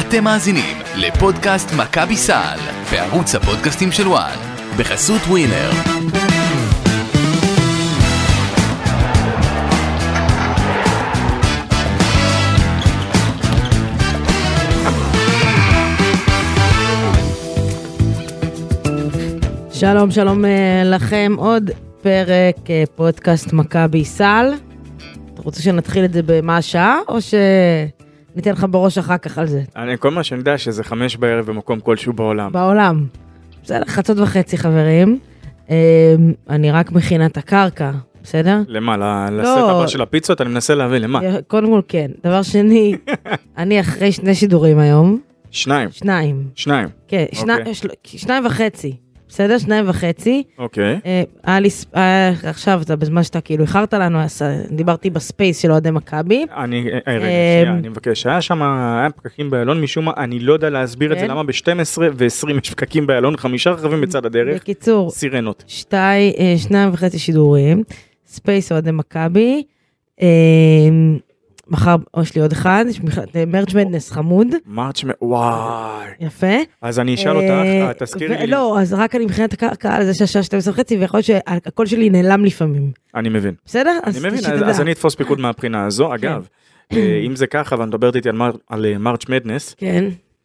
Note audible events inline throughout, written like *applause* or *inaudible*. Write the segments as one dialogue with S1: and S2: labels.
S1: אתם מאזינים לפודקאסט מכבי סל בערוץ הפודקאסטים של וואן בחסות ווינר.
S2: שלום, שלום אה, לכם, עוד פרק אה, פודקאסט מכבי סל. אתה רוצה שנתחיל את זה במה השעה, או שניתן לך בראש אחר כך על זה?
S3: אני, כל מה שאני יודע שזה חמש בערב במקום כלשהו בעולם.
S2: בעולם. בסדר, חצות וחצי חברים. אה, אני רק מכינה את הקרקע, בסדר?
S3: למה? ל-
S2: לא.
S3: לסט הבא של הפיצות? אני מנסה להבין, למה?
S2: אה, קודם כל כן. דבר
S3: *laughs*
S2: שני, אני אחרי שני שידורים היום,
S3: שניים.
S2: שניים.
S3: שניים.
S2: כן, שני,
S3: אוקיי.
S2: של, שניים וחצי. בסדר? שניים וחצי.
S3: אוקיי.
S2: אה, היה לי, ס- היה- עכשיו, אתה- בזמן שאתה כאילו איחרת לנו, אז, אה, דיברתי בספייס של אוהדי מכבי.
S3: אני, אה, רגע,
S2: אה,
S3: שנייה, אני מבקש. היה שם, היה פקקים באיילון משום מה, אני לא יודע להסביר את זה
S2: כן.
S3: למה ב-12 ו-20 יש פקקים באיילון, חמישה רכבים בצד הדרך,
S2: בקיצור,
S3: סירנות.
S2: שתי, אה, שניים וחצי שידורים, ספייס אוהדי מכבי, אה, מחר או, יש לי עוד אחד, יש מרץ' מדנס חמוד,
S3: מארץ' מ... וואי.
S2: יפה.
S3: אז אני אשאל
S2: אה,
S3: אותך, את תזכירי
S2: ו-
S3: לי.
S2: לא, אז רק אני מבחינת הקהל על זה שהשעה 12 וחצי, ויכול להיות שהקול שלי נעלם לפעמים,
S3: אני מבין.
S2: בסדר?
S3: אני מבין, אז-
S2: שתדע. כן.
S3: אז אני אתפוס פיקוד מהבחינה הזו. אגב,
S2: *clears throat*
S3: אה, אם זה ככה, ואת מדברת איתי על מר- על אה, מארץ' מדנס,
S2: כן,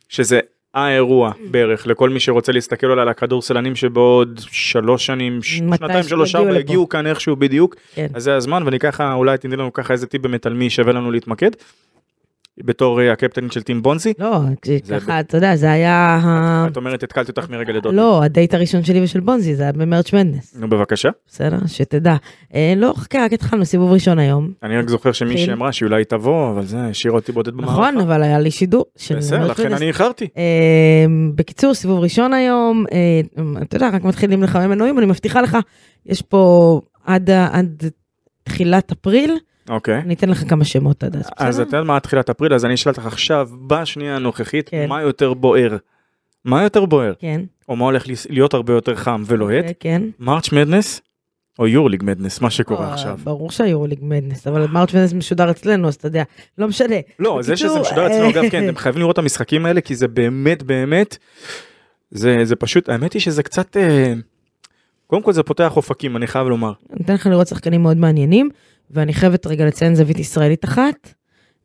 S3: שזה האירוע
S2: Mm.
S3: בערך לכל מי שרוצה להסתכל עליו על הכדורסלנים שבעוד שלוש שנים, ש-
S2: מתי
S3: שנתיים,
S2: שהם
S3: שלוש,
S2: יגיעו
S3: ארבע
S2: לפה.
S3: יגיעו כאן איכשהו בדיוק,
S2: כן.
S3: אז זה הזמן ואני ככה אולי תתני לנו ככה איזה טיפ באמת על מי שווה לנו להתמקד. בתור אה, הקפטנית של טים בונזי,
S2: לא,
S3: זה
S2: ככה, אתה יודע, זה היה... ה-
S3: את אומרת התקלתי אותך מרגע לדוד.
S2: אה. לא, הדייט הראשון שלי ושל בונזי, זה היה במרץ' מדנס,
S3: נו בבקשה,
S2: בסדר? שתדע. אה, לא, חכה, רק התחלנו סיבוב ראשון היום.
S3: אני רק זוכר
S2: כן.
S3: שמישהי אמרה שאולי תבוא, אבל זה השאיר אותי בודד במערכה.
S2: נכון, אבל היה לי שידור של
S3: בסדר,
S2: נעמי
S3: לכן
S2: פרידס.
S3: אני איחרתי.
S2: אמ, בקיצור, סיבוב ראשון היום, אה, אתה יודע, רק מתחילים לחמם מנויים, אני מבטיחה לך, יש פה עד ה- עד תחילת אפריל,
S3: אוקיי.
S2: אני אתן לך כמה שמות עד אז,
S3: אז
S2: בסדר?
S3: את יודעת מה עד תחילת אפריל, אז אני אשאל אותך עכשיו, בשנייה הנוכחית,
S2: כן.
S3: מה יותר בוער? מה יותר בוער?
S2: כן,
S3: או מה הולך לס- להיות הרבה יותר חם ולוהט,
S2: אוקיי, כן.
S3: מרץ' מדנס או יורליג מדנס, מה שקורה
S2: אה,
S3: עכשיו.
S2: ברור שהיורוליג מדנס, אבל מרץ' מדנס משודר אצלנו, אז אתה יודע, לא משנה.
S3: לא, זה
S2: בקיצור,
S3: שזה משודר
S2: אה,
S3: אצלנו, אגב, כן, אתם חייבים לראות את המשחקים האלה, כי זה באמת באמת, זה זה פשוט, האמת היא שזה קצת, אה, קודם כל זה פותח אופקים, אני חייב לומר.
S2: אני אתן לך לראות שחקנים מאוד מעניינים, ואני חייבת רגע לציין זווית ישראלית אחת,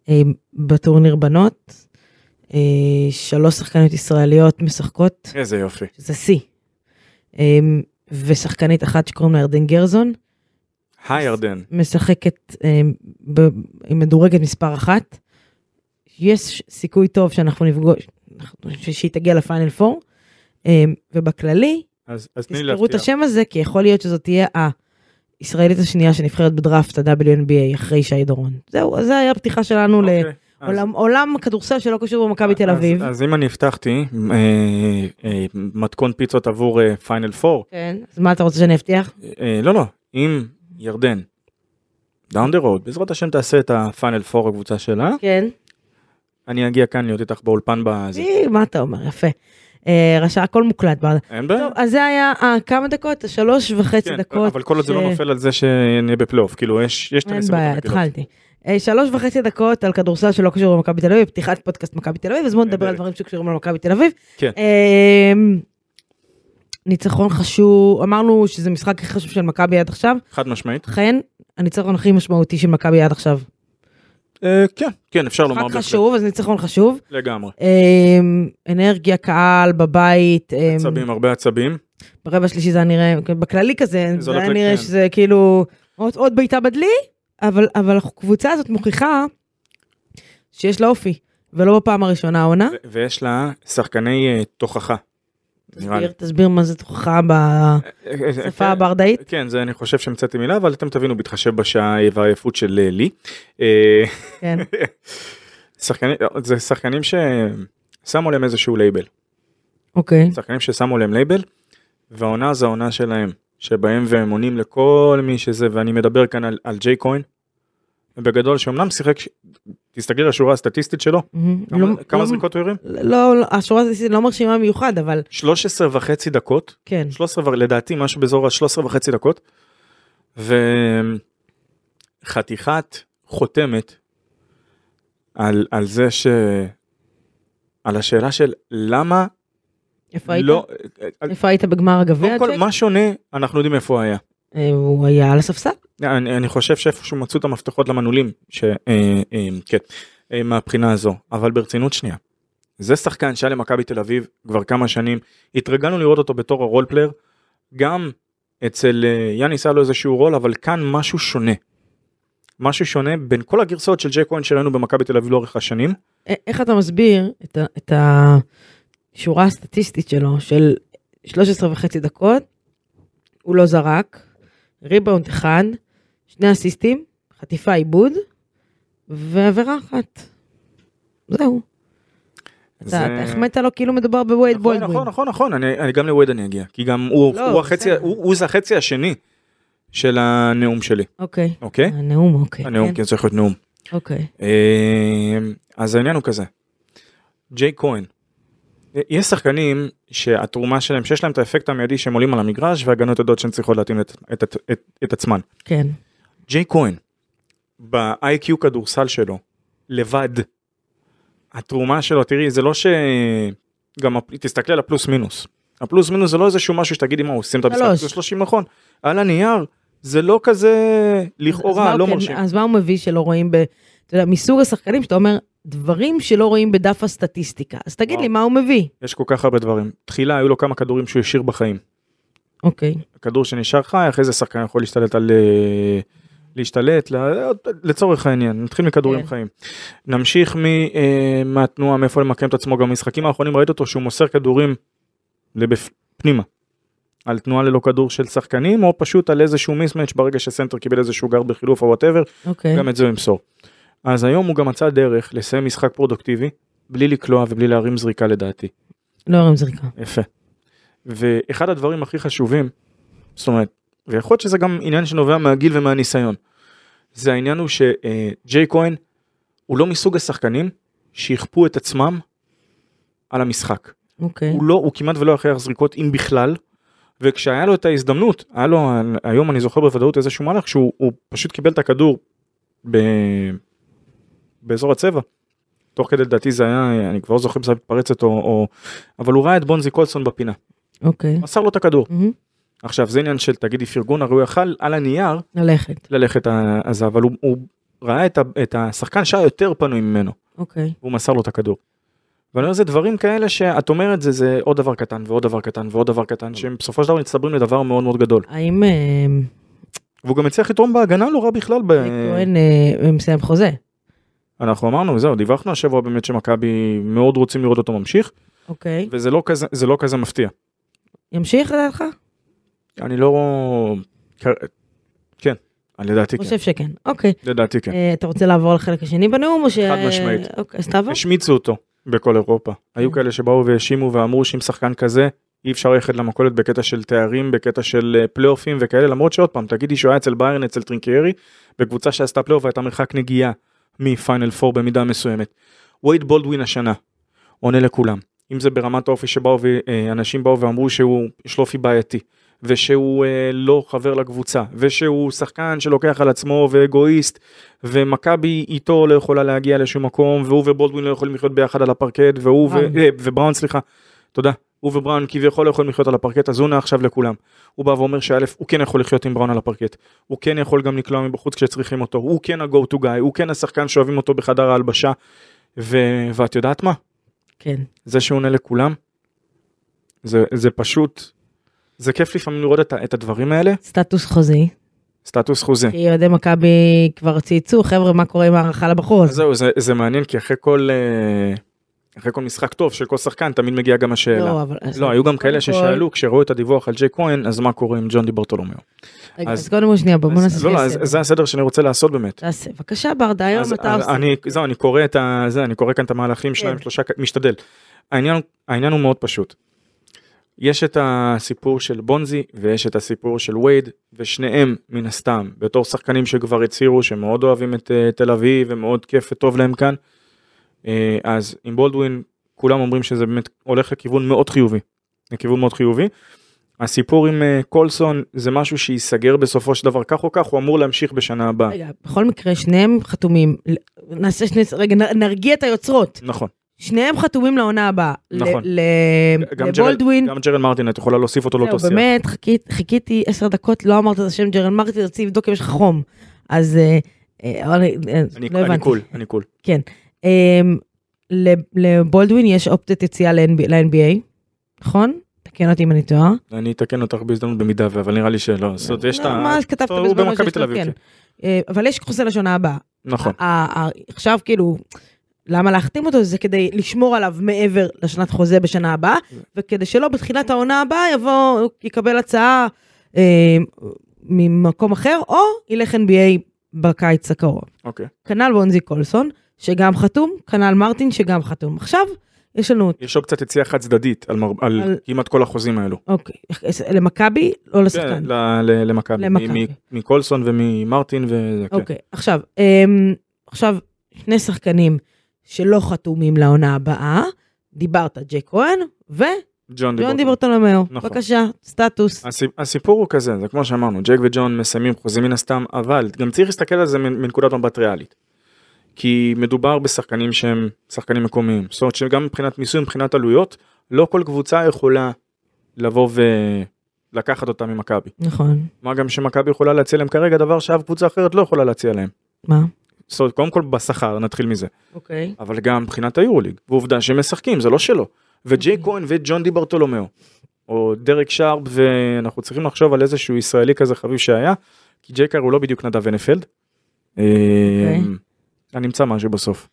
S2: אה, בטורניר בנות, אה, שלוש שחקניות ישראליות משחקות,
S3: איזה יופי.
S2: שזה שיא, אה, ושחקנית אחת שקוראים לה ירדן גרזון,
S3: היי ירדן,
S2: משחקת, אה, ב- היא מדורגת מספר אחת. יש סיכוי טוב שאנחנו נפגוש, אנחנו- ש- שהיא תגיע לפיינל פור, אה, ובכללי,
S3: אז אז תני לי
S2: תזכרו את
S3: להפתיע.
S2: השם הזה, כי יכול להיות שזאת תהיה הישראלית השנייה שנבחרת בדראפט ה-WNBA אחרי שי דורון. זהו, אז זו הייתה הפתיחה שלנו
S3: אוקיי, אז-
S2: לעולם כדורסל שלא קשור במכבי תל אביב.
S3: אז- אז אם אני הבטחתי אה, אה, מתכון פיצות עבור אה, פיינל פור,
S2: כן, אז מה אתה רוצה שאני
S3: *laughs*
S2: אבטיח?
S3: אה, לא לא אם ירדן. דאון דה רוד בעזרת השם תעשה את הפאנל פור הקבוצה שלה
S2: כן.
S3: אני אגיע כאן להיות איתך באולפן בזה
S2: אי, מה אתה אומר? יפה. אה, רשע, הכל מוקלט. בעד.
S3: אין בעיה.
S2: טוב, אז זה היה אה, כמה דקות? שלוש וחצי
S3: כן,
S2: דקות. אה,
S3: אבל כל עוד זה לא
S2: ש-
S3: נופל על זה שנהיה בפלייאוף כאילו יש יש את
S2: אין
S3: הנסיבות
S2: בעיה,
S3: הרגילות.
S2: התחלתי. אה, שלוש וחצי דקות על כדורסל שלא קשור למכבי תל אביב, פתיחת פודקאסט מכבי תל אביב, אז בואו נדבר
S3: נהדר.
S2: על דברים שקשורים למכבי תל אביב.
S3: כן.
S2: אה, ניצחון חשוב, אמרנו שזה משחק הכי חשוב של מכבי עד עכשיו,
S3: חד משמעית
S2: אכן, הניצחון הכי משמעותי של מכבי עד עכשיו.
S3: אה, כן כן אפשר לומר
S2: משחק
S3: בהחלט.
S2: חשוב, אז ניצחון חשוב.
S3: לגמרי
S2: אה, אנרגיה, קהל, בבית, אה,
S3: עצבים הרבה עצבים
S2: ברבע השלישי זה היה נראה, בכללי כזה,
S3: זה
S2: זה
S3: הולך כן.
S2: היה נראה
S3: לקרן.
S2: שזה כאילו עוד, עוד בעיטה בדלי, אבל, אבל הקבוצה הזאת מוכיחה שיש לה אופי, ולא בפעם הראשונה העונה.
S3: ו- ויש לה שחקני אה, תוכחה. נראה לי.
S2: תסביר, תסביר מה זה תוכחה
S3: *laughs* אה, אה,
S2: בשפה
S3: כן.
S2: הברדאית.
S3: כן זה אני חושב שהמצאתי מילה אבל אתם תבינו בהתחשב בשעה והעייפות של אה, לי. אה,
S2: כן,
S3: שחקנים זה שחקנים ששמו להם איזשהו לייבל.
S2: אוקיי.
S3: שחקנים ששמו להם לייבל, והעונה זה העונה שלהם, שבהם והם עונים לכל מי שזה, ואני מדבר כאן על, על ג'יי כהן, בגדול שאומנם שיחק, ש- תסתכלי על השורה הסטטיסטית שלו,
S2: מהמם.
S3: כמה,
S2: לא-
S3: כמה
S2: לא-
S3: זריקות הוא הרים?
S2: לא, לא, השורה הזאת לא מרשימה במיוחד, אבל
S3: 13 וחצי דקות,
S2: כן.
S3: 13 ו- לדעתי משהו באזור ה-13 וחצי דקות, וחתיכת חותמת על, על זה ש... על השאלה של למה
S2: איפה היית?
S3: לא,
S2: איפה היית בגמר הגביע?
S3: קודם כל
S2: ג'ק?
S3: מה שונה אנחנו יודעים איפה הוא היה.
S2: אה, הוא היה על הספסל?
S3: אני, אני חושב שאיפשהו מצאו את המפתחות למנעולים ש... אה, אה, כן, אה, מהבחינה הזו אבל ברצינות שנייה. זה שחקן שהיה למכבי תל אביב כבר כמה שנים התרגלנו לראות אותו בתור הרול פלייר גם אצל אה, יאניס היה לו איזשהו רול אבל כאן משהו שונה. משהו שונה בין כל הגרסאות של ג'ק כהן שראינו במכבי תל אביב לאורך השנים
S2: א- איך אתה מסביר את ה- את השורה הסטטיסטית שלו של 13 וחצי דקות, הוא לא זרק, ריבאונד אחד, שני אסיסטים, חטיפה עיבוד, ועבירה אחת. זהו. אתה-
S3: זה-
S2: אתה החמאת לו כאילו מדובר בווייד
S3: נכון,
S2: בולדווין.
S3: נכון נכון נכון אני, אני גם לווד אני אגיע כי גם הוא,
S2: לא,
S3: הוא, החצי,
S2: בסדר.
S3: הוא, הוא זה החצי השני של הנאום שלי
S2: אוקיי.
S3: אוקיי
S2: הנאום, אוקיי.
S3: הנאום
S2: כן?
S3: כן צריך להיות נאום
S2: אוקיי.
S3: אה, אז העניין הוא כזה ג'יי כהן. יש שחקנים שהתרומה שלהם שיש להם את האפקט המיידי שהם עולים על המגרש והגנות יודעות שהן צריכות להתאים את, את, את, את, את עצמן.
S2: כן.
S3: ג'יי כהן ב-IQ כדורסל שלו לבד התרומה שלו תראי זה לא שגם הפ- תסתכלי על הפלוס מינוס. הפלוס מינוס זה לא איזשהו משהו שתגידי מה עושים את המשחק
S2: שלוש.
S3: זה 30 נכון על הנייר זה לא כזה
S2: אז
S3: לכאורה
S2: מה
S3: לא
S2: הוא כן-
S3: מרשים.
S2: אז מה הוא מביא שלא רואים ב... אתה יודע, מסוג השחקנים שאתה אומר, דברים שלא רואים בדף הסטטיסטיקה. אז תגיד
S3: וואו.
S2: לי, מה הוא מביא?
S3: יש כל כך הרבה דברים תחילה היו לו כמה כדורים שהוא השאיר בחיים.
S2: אוקיי.
S3: הכדור שנשאר חי, אחרי זה שחקן יכול להשתלט על... אה, להשתלט, ל- לצורך העניין, נתחיל מכדורים
S2: כן.
S3: חיים. נמשיך מ, אה, מהתנועה, מאיפה למקם את עצמו, גם במשחקים האחרונים ראית אותו שהוא מוסר כדורים לבפ- פנימה. על תנועה ללא כדור של שחקנים, או פשוט על איזשהו מיסמץ' ברגע שסנטר קיבל איזשהו גר בחילוף או וואטאבר,
S2: אוקיי.
S3: גם את זה הוא ימסור. אז היום הוא גם מצא דרך לסיים משחק פרודוקטיבי, בלי לקלוע ובלי להרים זריקה לדעתי.
S2: לא הרים זריקה.
S3: יפה. ואחד הדברים הכי חשובים, זאת אומרת, ויכול להיות שזה גם עניין שנובע מהגיל ומהניסיון, זה העניין הוא שג'יי כהן הוא לא מסוג השחקנים שיכפו את עצמם על המשחק.
S2: אוקיי.
S3: הוא לא, הוא כמעט ולא יכריח זריקות אם בכלל, וכשהיה לו את ההזדמנות, היה לו, היום אני זוכר בוודאות איזשהו מהלך שהוא הוא פשוט קיבל את הכדור ב... באזור הצבע. תוך כדי לדעתי זה היה, אני כבר לא זוכר אם זה היה מתפרצת או, או... אבל הוא ראה את בונזי קולסון בפינה,
S2: אוקיי.
S3: מסר לו את הכדור.
S2: מהמם.
S3: עכשיו זה עניין של תגידי פרגון, הרי הוא יכל על הנייר
S2: ללכת.
S3: ללכת ה- הזה, אבל הוא, הוא ראה את, ה, את השחקן שהיה יותר פנוי ממנו.
S2: אוקיי.
S3: והוא מסר לו את הכדור. ואני אומר זה דברים כאלה שאת אומרת זה זה עוד דבר קטן ועוד דבר קטן ועוד דבר קטן שהם בסופו של דבר מצטברים לדבר מאוד מאוד גדול.
S2: האם אה,
S3: והוא גם הצליח לתרום בהגנה לא רע בכלל. ב...
S2: כהן אה, מסיים חוזה?
S3: אנחנו אמרנו זהו דיווחנו השבוע באמת שמכבי מאוד רוצים לראות אותו ממשיך
S2: אוקיי.
S3: וזה לא כזה זה לא כזה מפתיע.
S2: ימשיך לדעתך?
S3: כן. אני לא. כן. אני לדעתי כן.
S2: חושב שכן. אוקיי.
S3: לדעתי כן.
S2: אה, אתה רוצה לעבור לחלק השני בנאום או ש...
S3: חד משמעית.
S2: אוקיי, אז תעבור.
S3: השמיצו אותו בכל אירופה. היו כאלה שבאו והאשימו ואמרו שעם שחקן כזה אי אפשר ללכת למכולת בקטע של תארים, בקטע של אה, פלייאופים וכאלה, למרות שעוד פעם, תגידי שהוא היה אצל ביירן, אצל טרינקיירי, בקבוצה שעשתה פלייאוף הייתה מרחק נגיעה מפיינל 4 במידה מסוימת. וייד בולדווין השנה, עונה לכולם. אם זה ברמת האופי שבאו ואנשים באו ואמרו שהוא, יש לו אופי בעייתי. ושהוא אה, לא חבר לקבוצה, ושהוא שחקן שלוקח על עצמו ואגואיסט, ומכבי איתו לא יכולה להגיע לשום מקום והוא ובולדווין לא יכולים לחיות ביחד על הפרקט והוא
S2: בראון.
S3: ו... אה, ובראון סליחה תודה הוא ובראון כביכול לא יכולים לחיות על הפרקט אז הוא נע עכשיו לכולם. הוא בא ואומר שא' הוא כן יכול לחיות עם בראון על הפרקט הוא כן יכול גם לקלוע מבחוץ כשצריכים אותו הוא כן ה-go to guy הוא כן השחקן שאוהבים אותו בחדר ההלבשה ו... ואת יודעת מה
S2: כן.
S3: זה שהוא עונה לכולם זה, זה פשוט זה כיף לפעמים לראות את, ה- את הדברים האלה
S2: סטטוס חוזי.
S3: סטטוס חוזה.
S2: כי אוהדי מכבי כבר צייצו, חבר'ה, מה קורה עם הערכה לבחור
S3: אז
S2: הזה?
S3: זהו, זה, זה מעניין כי אחרי כל, אה, אחרי כל משחק טוב של כל שחקן תמיד מגיעה גם השאלה. לא,
S2: לא, אבל... אז-
S3: לא היו גם
S2: קודם
S3: כאלה ששאלו כשראו את הדיווח על ג'יי כהן אז מה קורה עם ג'ון דיברטולומיאו.
S2: כל- רגע,
S3: אז-
S2: אז קודם כל שנייה, בוא בוא נעשה...
S3: אז- לא, לא, אז-
S2: סדר.
S3: זה הסדר שאני רוצה לעשות באמת.
S2: תעשה. בבקשה, ברדה, היום
S3: אז-
S2: אתה
S3: אז
S2: עושה. כן.
S3: אני, זהו, אני קורא את ה... זה, אני קורא כאן את המהלכים שלהם, שלושה, כ- משתדל. העניין, העניין הוא מאוד פשוט. יש את הסיפור של בונזי ויש את הסיפור של וייד ושניהם מן הסתם בתור שחקנים שכבר הצהירו שמאוד אוהבים את אה, תל אביב ומאוד כיף וטוב להם כאן. אה, אז עם בולדווין כולם אומרים שזה באמת הולך לכיוון מאוד חיובי. לכיוון מאוד חיובי. הסיפור עם אה, קולסון זה משהו שייסגר בסופו של דבר כך או כך הוא אמור להמשיך בשנה
S2: אוקיי.
S3: הבאה.
S2: רגע, בכל מקרה, שניהם חתומים. ל- נעשה שני... רגע, נ- נרגיע את היוצרות.
S3: נכון.
S2: שניהם חתומים לעונה הבאה. ל-
S3: נכון.
S2: ל-
S3: גם
S2: לבולדווין.
S3: ג'רל- *laughs* גם ג'רל מרטין, את יכולה להוסיף אותו לאותו
S2: זהו,
S3: שיח.
S2: באמת, חכית- חיכיתי עשר דקות, לא אמרת את השם ג'רל מרטין, רציתי לבדוק אם יש לך חום. אז אה, אה, אבל, אה,
S3: אני
S2: לא
S3: אני
S2: הבנתי.
S3: קול, אני קול.
S2: אמ, לב- לבולדווין יש אופציית יציאה ל-NBA, נכון? תקן אותי אם אני טועה.
S3: אני אתקן אותך בהזדמנות במידה, אבל נראה לי שלא. זאת אומרת, יש את
S2: לא,
S3: ה...
S2: מה כתבת
S3: הוא
S2: בזמנו
S3: במכבי
S2: שיש
S3: תל
S2: לו-
S3: אביב,
S2: כן. אה, אבל יש חוזה לשנה הבאה.
S3: נכון.
S2: ה- ה- עכשיו כאילו, למה להחתים אותו? זה כדי לשמור עליו מעבר לשנת חוזה בשנה הבאה, וכדי שלא בתחילת העונה הבאה יבוא, הוא יקבל הצעה אה, ממקום אחר, או ילך NBA בקיץ הקרוב.
S3: אוקיי.
S2: כנ"ל בונזי קולסון, שגם חתום, כנ"ל מרטין, שגם חתום. עכשיו, יש לנו,
S3: יש עוד קצת יציאה חד צדדית על מר- על
S2: על-
S3: כמעט כל החוזים האלו.
S2: אוקיי, למכבי, לא לשחקן.
S3: כן, ל- ל- למכבי.
S2: למכבי.
S3: מ- מ- מקולסון וממרטין ו... כן.
S2: אוקיי, עכשיו, אמ, עכשיו, שני שחקנים שלא חתומים לעונה הבאה, דיברת, ג'ק כהן, וג'ון
S3: ג'ון דיברטון.
S2: דיברטולומיאו.
S3: נכון.
S2: בבקשה, סטטוס.
S3: הסיפ- הסיפור הוא כזה, זה כמו שאמרנו, ג'ק וג'ון מסיימים חוזה מן הסתם, אבל גם צריך להסתכל על זה מנ- מנקודת מבט ריאלית. כי מדובר בשחקנים שהם שחקנים מקומיים, זאת אומרת שגם מבחינת מיסוי, מבחינת עלויות, לא כל קבוצה יכולה לבוא ולקחת אותה ממכבי.
S2: נכון.
S3: מה גם שמכבי יכולה להציע להם כרגע דבר שאף קבוצה אחרת לא יכולה להציע להם.
S2: מה?
S3: זאת אומרת, קודם כל בשכר, נתחיל מזה.
S2: אוקיי.
S3: אבל גם מבחינת היורוליג, ועובדה שהם משחקים, זה לא שלו. וג'יי
S2: אוקיי.
S3: כהן וג'ון די ברטולומיאו, או דרק שרפ, ואנחנו צריכים לחשוב על איזשהו ישראלי כזה חביב שהיה, כי ג'יי קר הוא לא בדיוק נדב ונפלד.
S2: אוקיי.
S3: אה, אני אמצא משהו בסוף.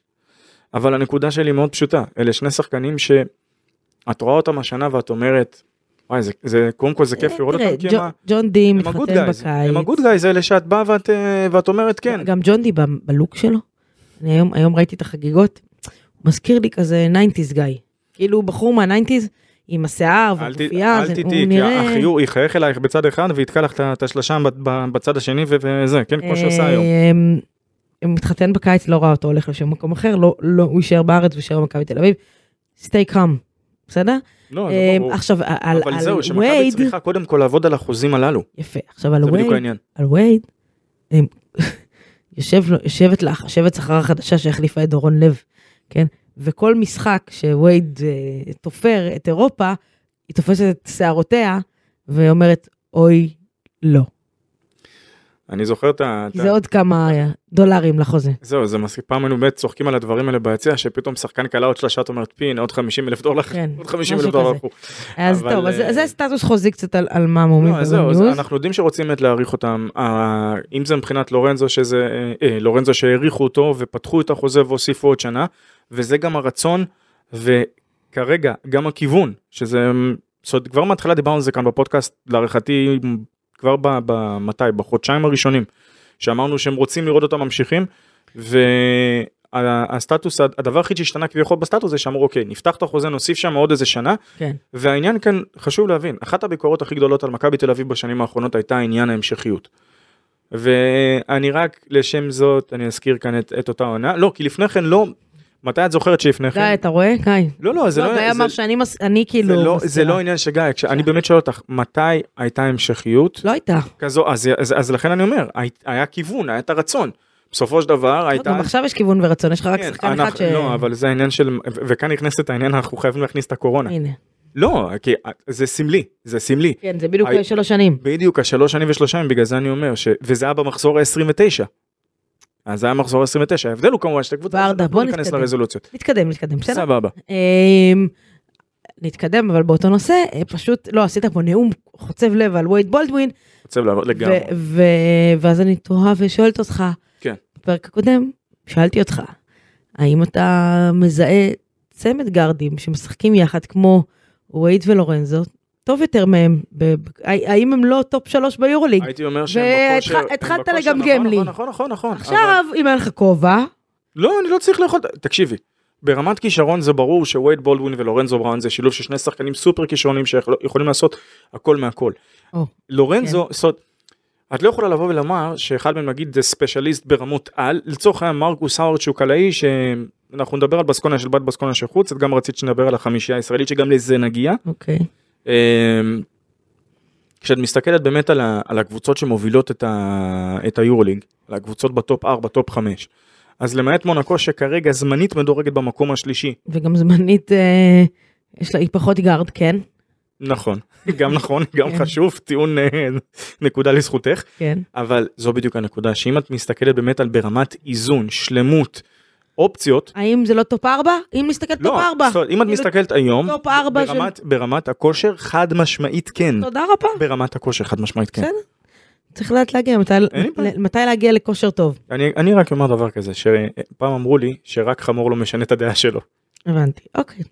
S3: אבל הנקודה שלי מאוד פשוטה, אלה שני שחקנים שאת רואה אותם השנה ואת אומרת, וואי, זה, זה קודם כל זה כיף לראות
S2: תראה,
S3: אותם, כי
S2: ג'ון-
S3: הם ה-
S2: ג'ון די
S3: הם הגוד
S2: מתחתן
S3: גייז, הם הגוד
S2: בקיץ.
S3: גייז האלה שאת באה ואת, אה, ואת אומרת כן.
S2: גם ג'ון די ב- בלוק שלו. אני היום- היום ראיתי את החגיגות, הוא מזכיר לי כזה 90's גיא. כאילו בחור מה-90's עם השיער
S3: אל ת-
S2: והגופייה,
S3: אל
S2: זה- הוא
S3: תטעי, כי
S2: נראה-
S3: החיוך יחייך אלייך בצד אחד ויתקע לך את ה- את השלשה ב- ב- בצד השני ו- וזה, כן, כמו שעשה היום.
S2: אמ, הוא מתחתן בקיץ, לא ראה אותו הולך לשום מקום אחר, לא, לא, הוא יישאר בארץ, הוא יישאר במכבי תל אביב. stay calm, בסדר?
S3: לא, זה
S2: אמ,
S3: ברור.
S2: עכשיו, על
S3: אבל
S2: על
S3: זהו, שמכבי
S2: וייד,
S3: צריכה קודם כל לעבוד על החוזים הללו,
S2: יפה, עכשיו על
S3: זה בדיוק
S2: וייד,
S3: העניין.
S2: על וייד, אמ, *laughs* יושב לו- יושבת לה חשבת שכר החדשה שהחליפה את דורון לב, כן? וכל משחק שווייד אה, תופר את אירופה, היא תופסת את שערותיה ואומרת, אוי, לא.
S3: אני זוכר את ה...
S2: כי
S3: את ה-
S2: זה עוד כמה אה, דולרים לחוזה.
S3: זהו, זה מספיק, פעם היינו באמת צוחקים על הדברים האלה ביציע, שפתאום שחקן קלה עוד שלושה, את אומרת פין, עוד 50 אלף דולר,
S2: כן,
S3: עוד 50
S2: משהו
S3: אלף דולר.
S2: כזה.
S3: הלכו.
S2: אז
S3: אבל,
S2: טוב, אז זה-
S3: אה,
S2: זה סטטוס חוזי קצת על- על מה המומים
S3: לא, אז זהו, אז
S2: בניוז.
S3: אנחנו יודעים שרוצים באמת להעריך אותם, אה, אם זה מבחינת לורנזו שזה, אה, אה, לורנזו שהעריכו אותו ופתחו את החוזה והוסיפו עוד שנה, וזה גם הרצון, וכרגע גם הכיוון, שזה, מ, זאת אומרת, כבר מההתחלה דיברנו על זה כאן בפודקאסט, להערכתי מ, כבר ב- ב- מתי, בחודשיים הראשונים, שאמרנו שהם רוצים לראות אותם ממשיכים, והסטטוס, הדבר היחיד שהשתנה כביכול בסטטוס זה שאמרו אוקיי, נפתח את החוזה, נוסיף שם עוד איזה שנה,
S2: כן.
S3: והעניין כאן חשוב להבין אחת הביקורות הכי גדולות על מכבי תל אביב בשנים האחרונות הייתה עניין ההמשכיות. ואני רק לשם זאת אני אזכיר כאן את, את אותה עונה לא כי לפני כן לא מתי את זוכרת שלפני
S2: גיא,
S3: כן
S2: אתה רואה? גיא.
S3: לא לא זה
S2: לא,
S3: לא
S2: גיא
S3: זה,
S2: אמר שאני מס- אני
S3: זה,
S2: כאילו...
S3: לא, זה
S2: מסתירה.
S3: לא עניין של גיא אני באמת שואל אותך מתי הייתה המשכיות
S2: לא הייתה.
S3: כזו אז, אז, אז לכן אני אומר הי, היה כיוון היה את הרצון בסופו של דבר
S2: לא, גם
S3: הייתה
S2: עכשיו יש כיוון ורצון, יש לך רק
S3: כן,
S2: שחקן אחד
S3: אנחנו-
S2: ש...
S3: לא אבל זה העניין של ו- וכאן נכנסת את העניין אנחנו חייבים להכניס את הקורונה
S2: הנה.
S3: לא כי זה סמלי זה סמלי
S2: כן, זה בדיוק
S3: הי-
S2: שלוש שנים.
S3: בדיוק, השלוש שנים ושלושה ימים, בגלל זה אני אומר, ש... וזה היה במחזור ה-29. אז זה היה מחזור ה-29, ההבדל הוא כמובן שתי קבוצות,
S2: ברדה,
S3: אז אנחנו
S2: בוא
S3: לא ניכנס
S2: נתקדם.
S3: לרזולוציות.
S2: נתקדם, נתקדם, בסדר?
S3: סבבה.
S2: אמ, נתקדם, אבל באותו נושא, אה, פשוט, לא, עשית פה נאום חוצב לב על וייד בולדווין,
S3: רוצה לעבוד
S2: ו-
S3: לגמרי.
S2: ו- ואז אני תוהה ושואלת אותך,
S3: כן.
S2: בפרק הקודם, שאלתי אותך, האם אתה מזהה צמד גארדים שמשחקים יחד כמו וייד ולורנזו, טוב יותר מהם, ב- ב- האם הם לא טופ שלוש ביורוליג?
S3: הייתי אומר שהם בכושר...
S2: והתח-
S3: הם
S2: התחלת
S3: בכושר,
S2: לגמגם
S3: נכון,
S2: לי.
S3: נכון, נכון, נכון, נכון. אבל-
S2: עכשיו, אם אין לך כובע,
S3: לא, אני לא צריך לאכול... תקשיבי, ברמת כישרון זה ברור שווייד בולדווין ולורנזו בראון זה שילוב של שני שחקנים סופר כישרונים שיכולים לעשות הכל מהכל.
S2: או,
S3: לורנזו, זאת אומרת, את לא יכולה לבוא ולומר שאחד מהם נגיד זה ספיישליסט ברמות על, לצורך העניין מרקוס האורד שהוא קלעי, שאנחנו נדבר על בסקונה של בת בסקונה של חוץ, את גם רצית שנדבר על החמישייה הישראלית שגם לזה נגיע.
S2: אוקיי.
S3: אמ, כשאת מסתכלת באמת על, ה, על הקבוצות שמובילות את, ה, את היורלינג, על הקבוצות בטופ 4, טופ 5, אז למעט מונקו שכרגע זמנית מדורגת במקום השלישי.
S2: וגם זמנית, אה, יש לה, היא פחות גארד, כן,
S3: נכון, *laughs* גם נכון, גם
S2: כן.
S3: חשוב, טיעון אה, נקודה לזכותך.
S2: כן.
S3: אבל זו בדיוק הנקודה, שאם את מסתכלת באמת על ברמת איזון, שלמות, אופציות,
S2: האם זה לא טופ 4? אם נסתכל טופ כאילו, 4.
S3: לא, זאת אומרת, אם את מסתכלת היום,
S2: טופ 4 של...
S3: ברמת- ברמת הכושר חד משמעית כן,
S2: תודה רבה.
S3: ברמת הכושר חד משמעית כן.
S2: בסדר. צריך לאט להגיע, מתי-
S3: אין לי בעיה.
S2: מתי להגיע לכושר טוב.
S3: אני אני רק אומר דבר כזה, שפעם אמרו לי שרק חמור לא משנה את הדעה שלו.
S2: הבנתי, אוקיי.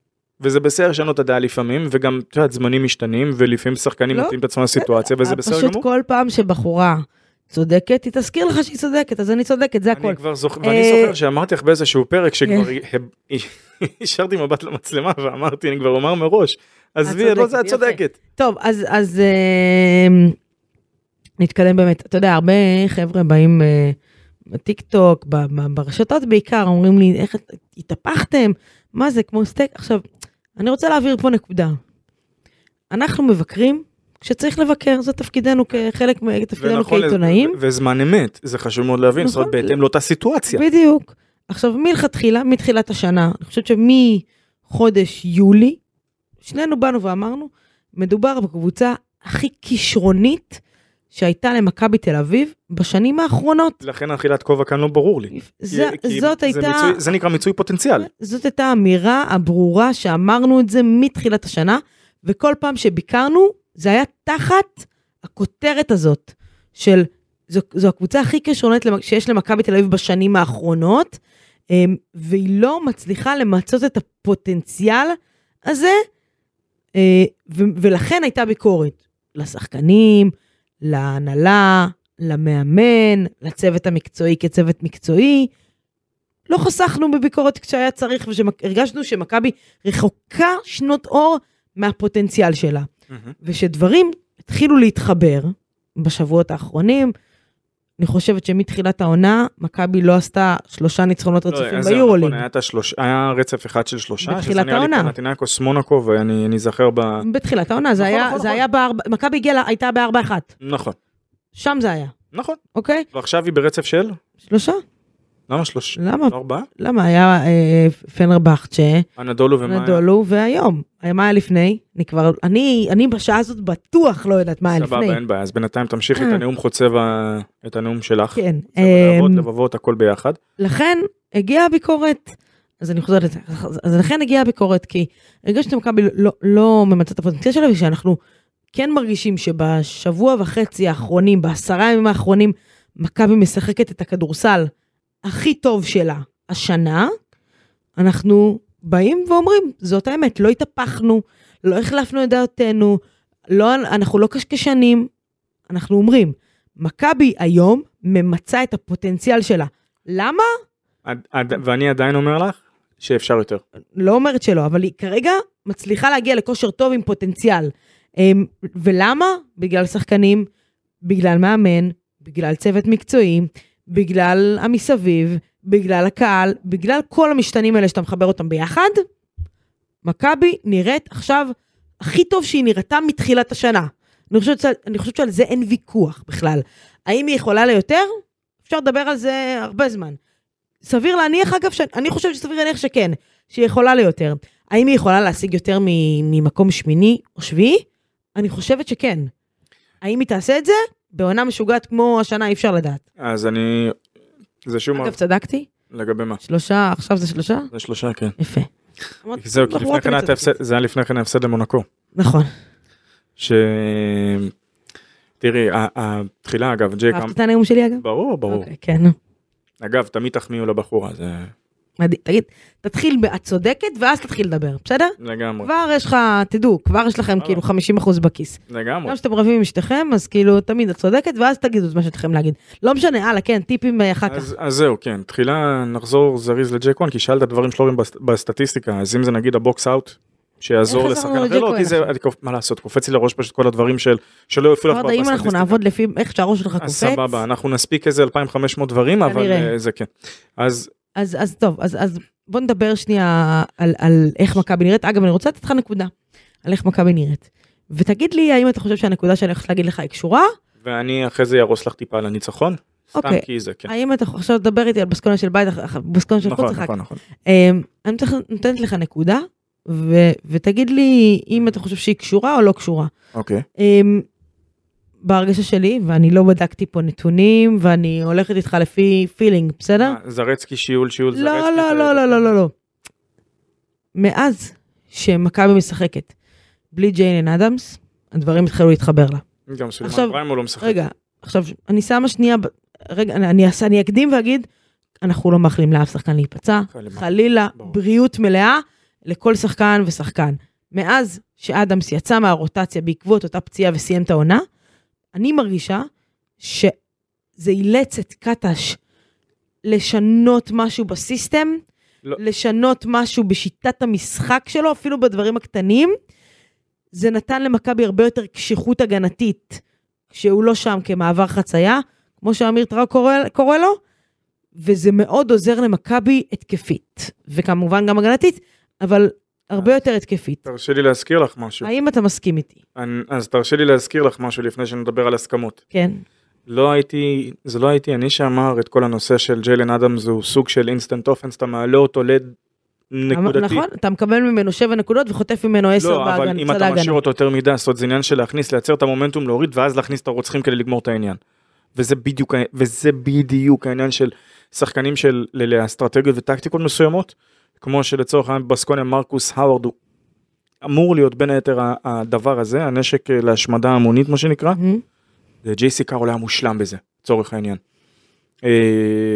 S3: וזה בסדר לשנות את הדעה לפעמים, וגם, את יודעת, זמנים משתנים, ולפעמים שחקנים
S2: לא. אה,
S3: מתאים את עצמם לסיטואציה, וזה בסדר
S2: פשוט
S3: גמור.
S2: כל פעם שבחורה צודקת, היא תזכיר לך שהיא צודקת, אז אני צודקת, זה הכל.
S3: אני כבר זוכר, ואני
S2: אה,
S3: זוכר שאמרתי לך באיזשהו פרק שכבר הב- *laughs* השארתי מבט למצלמה ואמרתי, אני כבר אומר מראש, עזבי, לא זה, את
S2: צודקת, יפה.
S3: צודקת.
S2: טוב, אז, אז אה, נתקדם באמת. אתה יודע, הרבה חבר'ה באים אה, בטיק טוק, ב- ב- ברשתות בעיקר, אומרים לי, איך את- התהפכתם? מה זה, כמו סטייק? עכשיו, אני רוצה להבהיר פה נקודה. אנחנו מבקרים כשצריך לבקר, זה תפקידנו כחלק, מ- תפקידנו
S3: ונכון,
S2: כעיתונאים.
S3: ו- וזמן אמת, זה חשוב מאוד להבין, זאת
S2: נכון.
S3: אומרת, בהתאם לאותה סיטואציה.
S2: בדיוק. עכשיו מלכתחילה, מתחילת השנה, אני חושבת שמחודש יולי, שנינו באנו ואמרנו, מדובר בקבוצה הכי כישרונית שהייתה למכבי תל אביב בשנים האחרונות.
S3: לכן אכילת כובע כאן לא ברור לי.
S2: זה,
S3: כי- כי
S2: זאת
S3: זה
S2: הייתה... אה.
S3: מיצוי- זה נקרא מיצוי פוטנציאל.
S2: זאת הייתה האמירה הברורה שאמרנו את זה מתחילת השנה, וכל פעם שביקרנו, זה היה תחת הכותרת הזאת של, זו, זו הקבוצה הכי כישרונית למ- שיש למכבי תל אביב בשנים האחרונות, אמ, והיא לא מצליחה למצות את הפוטנציאל הזה, אה, ו- ולכן הייתה ביקורת לשחקנים, להנהלה, למאמן, לצוות המקצועי כצוות מקצועי. לא חסכנו בביקורת כשהיה צריך, והרגשנו שמכבי רחוקה שנות אור מהפוטנציאל שלה. ושדברים התחילו להתחבר בשבועות האחרונים. אני חושבת שמתחילת העונה, מכבי לא עשתה שלושה ניצחונות
S3: לא,
S2: רצופים
S3: אז זהו,
S2: ביורוליג.
S3: נכון, היה את השלוש- היה רצף אחד של שלושה,
S2: בתחילת העונה.
S3: פנטינקוס מונקו, ואני אני אזכר ב...
S2: בתחילת העונה, זה
S3: נכון,
S2: היה,
S3: נכון,
S2: זה
S3: נכון.
S2: היה בארבע, מכבי הגיעה לה- הייתה בארבע אחת,
S3: נכון,
S2: שם זה היה,
S3: נכון.
S2: אוקיי?
S3: ועכשיו היא ברצף של?
S2: שלושה?
S3: למה שלוש? לא
S2: למה?
S3: ארבעה?
S2: למה היה אה, פנרבכצ'ה,
S3: אנדולו ומה?
S2: נדולו, והיום. אה, מה היה לפני? אני כבר, אני, אני בשעה הזאת בטוח לא יודעת מה היה לפני.
S3: סבבה, אין בעיה, אז בינתיים תמשיכי את
S2: אה.
S3: הנאום חוצב ה- את הנאום שלך.
S2: כן.
S3: זהו,
S2: אה,
S3: להבות, לבבות, הכל ביחד.
S2: לכן הגיעה הביקורת, אז אני חוזרת לזה, אז- אז לכן הגיעה הביקורת, כי הרגשתי שמכבי לא, לא ממצה את הפוטנציאל שלה, ושאנחנו כן מרגישים שבשבוע וחצי האחרונים, בעשרה הימים האחרונים, מכבי משחקת את הכדורסל הכי טוב שלה השנה, אנחנו באים ואומרים, זאת האמת, לא התהפכנו, לא החלפנו את דעתנו, לא, אנחנו לא קשקשנים, אנחנו אומרים, מכבי היום ממצה את הפוטנציאל שלה. למה?
S3: עד- עד- ואני עדיין אומר לך שאפשר יותר.
S2: לא אומרת שלא, אבל היא כרגע מצליחה להגיע לכושר טוב עם פוטנציאל. אמ, ולמה? בגלל שחקנים, בגלל מאמן, בגלל צוות מקצועי, בגלל המסביב, בגלל הקהל, בגלל כל המשתנים האלה שאתה מחבר אותם ביחד, מכבי נראית עכשיו הכי טוב שהיא נראתה מתחילת השנה. אני חושבת, ש- אני חושבת שעל זה אין ויכוח בכלל. האם היא יכולה ליותר? אפשר לדבר על זה הרבה זמן. סביר להניח, אגב, ש... אני חושבת שסביר להניח שכן. שהיא יכולה ליותר. האם היא יכולה להשיג יותר מ- ממקום שמיני או שביעי? אני חושבת שכן. האם היא תעשה את זה? בעונה משוגעת כמו השנה אי אפשר לדעת.
S3: אז אני... זה שום...
S2: אגב, צדקתי?
S3: לגבי מה?
S2: שלושה, עכשיו זה שלושה?
S3: זה שלושה, כן.
S2: יפה.
S3: זהו, כי
S2: נכון. אנחנו
S3: לפני
S2: רק
S3: כן היה את
S2: מצדקות.
S3: ההפסד- זה היה לפני כן ההפסד למונקו.
S2: נכון.
S3: ש... תראי, ה- התחילה אגב, ג'ק...
S2: אהבת את הנאום שלי אגב?
S3: ברור, ברור.
S2: אה, אוקיי, כן, נו.
S3: אגב, תמיד תחמיאו לבחורה, זה
S2: מדהים. תגיד, תתחיל, ב- את צודקת ואז תתחיל לדבר, בסדר?
S3: לגמרי.
S2: כבר יש לך, תדעו, כבר יש לכם
S3: נכון. אה. נכון.
S2: כאילו 50% בכיס.
S3: לגמרי.
S2: גם כשאתם רבים עם אשתכם, אז כאילו תמיד את צודקת, ואז תגידו את מה שאתם צריכים להגיד. לא משנה, הלאה, כן, טיפים אה, אחר כך.
S3: אז, אז זהו, כן. תחילה נחזור זריז לג'ק כהן, כי שאלת דברים שלורים בסט- בסטטיסטיקה, אז אם זה נגיד הבוקס אאוט, שיעזור
S2: איך
S3: לשחקן
S2: חזרנו
S3: אחר,
S2: לג'ק
S3: לא, כי
S2: כהן
S3: זה,
S2: עכשיו?
S3: אני קופ- מה לעשות, קופץ לי לראש פשוט כל הדברים של, שלא יופיעו לך
S2: אמרת, אם אנחנו נעבוד לפי איך שהראש שלך קופץ,
S3: אז סבבה, אנחנו נספיק איזה 2,500 דברים, אבל
S2: כנראה.
S3: אה, זה כן. אז
S2: אז, אז טוב, אז, אז בוא נדבר שנייה על, על איך מכבי נראית. אגב, אני רוצה לתת לך נקודה על איך מכבי נראית. ותגיד לי האם אתה חושב שהנקודה שאני הולכת להגיד לך היא קשורה?
S3: ואני אחרי זה ארוס לך טיפה על הניצחון. סתם
S2: אוקיי.
S3: כי זה, כן.
S2: האם אתה עכשיו תדבר איתי על בסקונה של בית, אח- בסקונה של
S3: נכון,
S2: חוץ אחר
S3: נכון,
S2: כך?
S3: נכון.
S2: אמ, אני צריך- נותנת לך נקודה, ו- ותגיד לי אם אתה חושב שהיא קשורה או לא קשורה.
S3: אוקיי.
S2: אמ, בהרגשה שלי, ואני לא בדקתי פה נתונים, ואני הולכת איתך לפי פילינג, בסדר?
S3: מה, אה, זרצקי שיעול, שיעול זרצקי.
S2: לא,
S3: אתה
S2: לא, לא,
S3: יודע.
S2: לא, לא, לא, לא. מאז שמכבי משחקת בלי ג'יינן אדמס, הדברים התחילו להתחבר לה.
S3: גם סולימן
S2: עכשיו-
S3: פריימו לא משחק.
S2: רגע, עכשיו, אני שמה שנייה, ב- רגע, אני- אני אעשה- אני אקדים ואגיד, אנחנו לא מאחלים לאף שחקן להיפצע,
S3: חלילה.
S2: חלילה,
S3: ברור.
S2: בריאות מלאה לכל שחקן ושחקן. מאז שאדמס יצא מהרוטציה בעקבות אותה פציעה וסיים את העונה, אני מרגישה שזה אילץ את קטש לשנות משהו בסיסטם,
S3: לא.
S2: לשנות משהו בשיטת המשחק שלו, אפילו בדברים הקטנים. זה נתן למכבי הרבה יותר קשיחות הגנתית, כשהוא לא שם כמעבר חצייה, כמו שאמיר טראו קורא, קורא לו, וזה מאוד עוזר למכבי התקפית, וכמובן גם הגנתית, אבל
S3: אה,
S2: הרבה יותר התקפית.
S3: תרשי לי להזכיר לך משהו.
S2: האם אתה מסכים איתי?
S3: אני- אז תרשי לי להזכיר לך משהו לפני שנדבר על הסכמות.
S2: כן.
S3: לא הייתי, זה לא הייתי אני שאמר את כל הנושא של ג'יילן אדמס הוא סוג של אינסטנט אופנס, אתה מעלה אותו לד נקודתי.
S2: נכון, אתה מקבל ממנו 7 נקודות וחוטף ממנו 10
S3: לא, אבל אם
S2: בצד
S3: אתה משאיר
S2: ההגנה.
S3: אותו יותר מדי, אז זה עניין של להכניס, לייצר את המומנטום, להוריד, ואז להכניס את הרוצחים כדי לגמור את העניין. וזה בדיוק, ה- וזה בדיוק העניין של שחקנים של ל- לאסטרטגיות וטקטיקות מסוימות, כמו שלצורך העניין בסקוניה מרקוס האוורד הוא אמור להיות בין היתר ה- הדבר הזה, הנשק אה, להשמדה המונית מה שנקרא,
S2: מהמם.
S3: ג'יי סי קארול היה מושלם בזה, לצורך העניין. אה,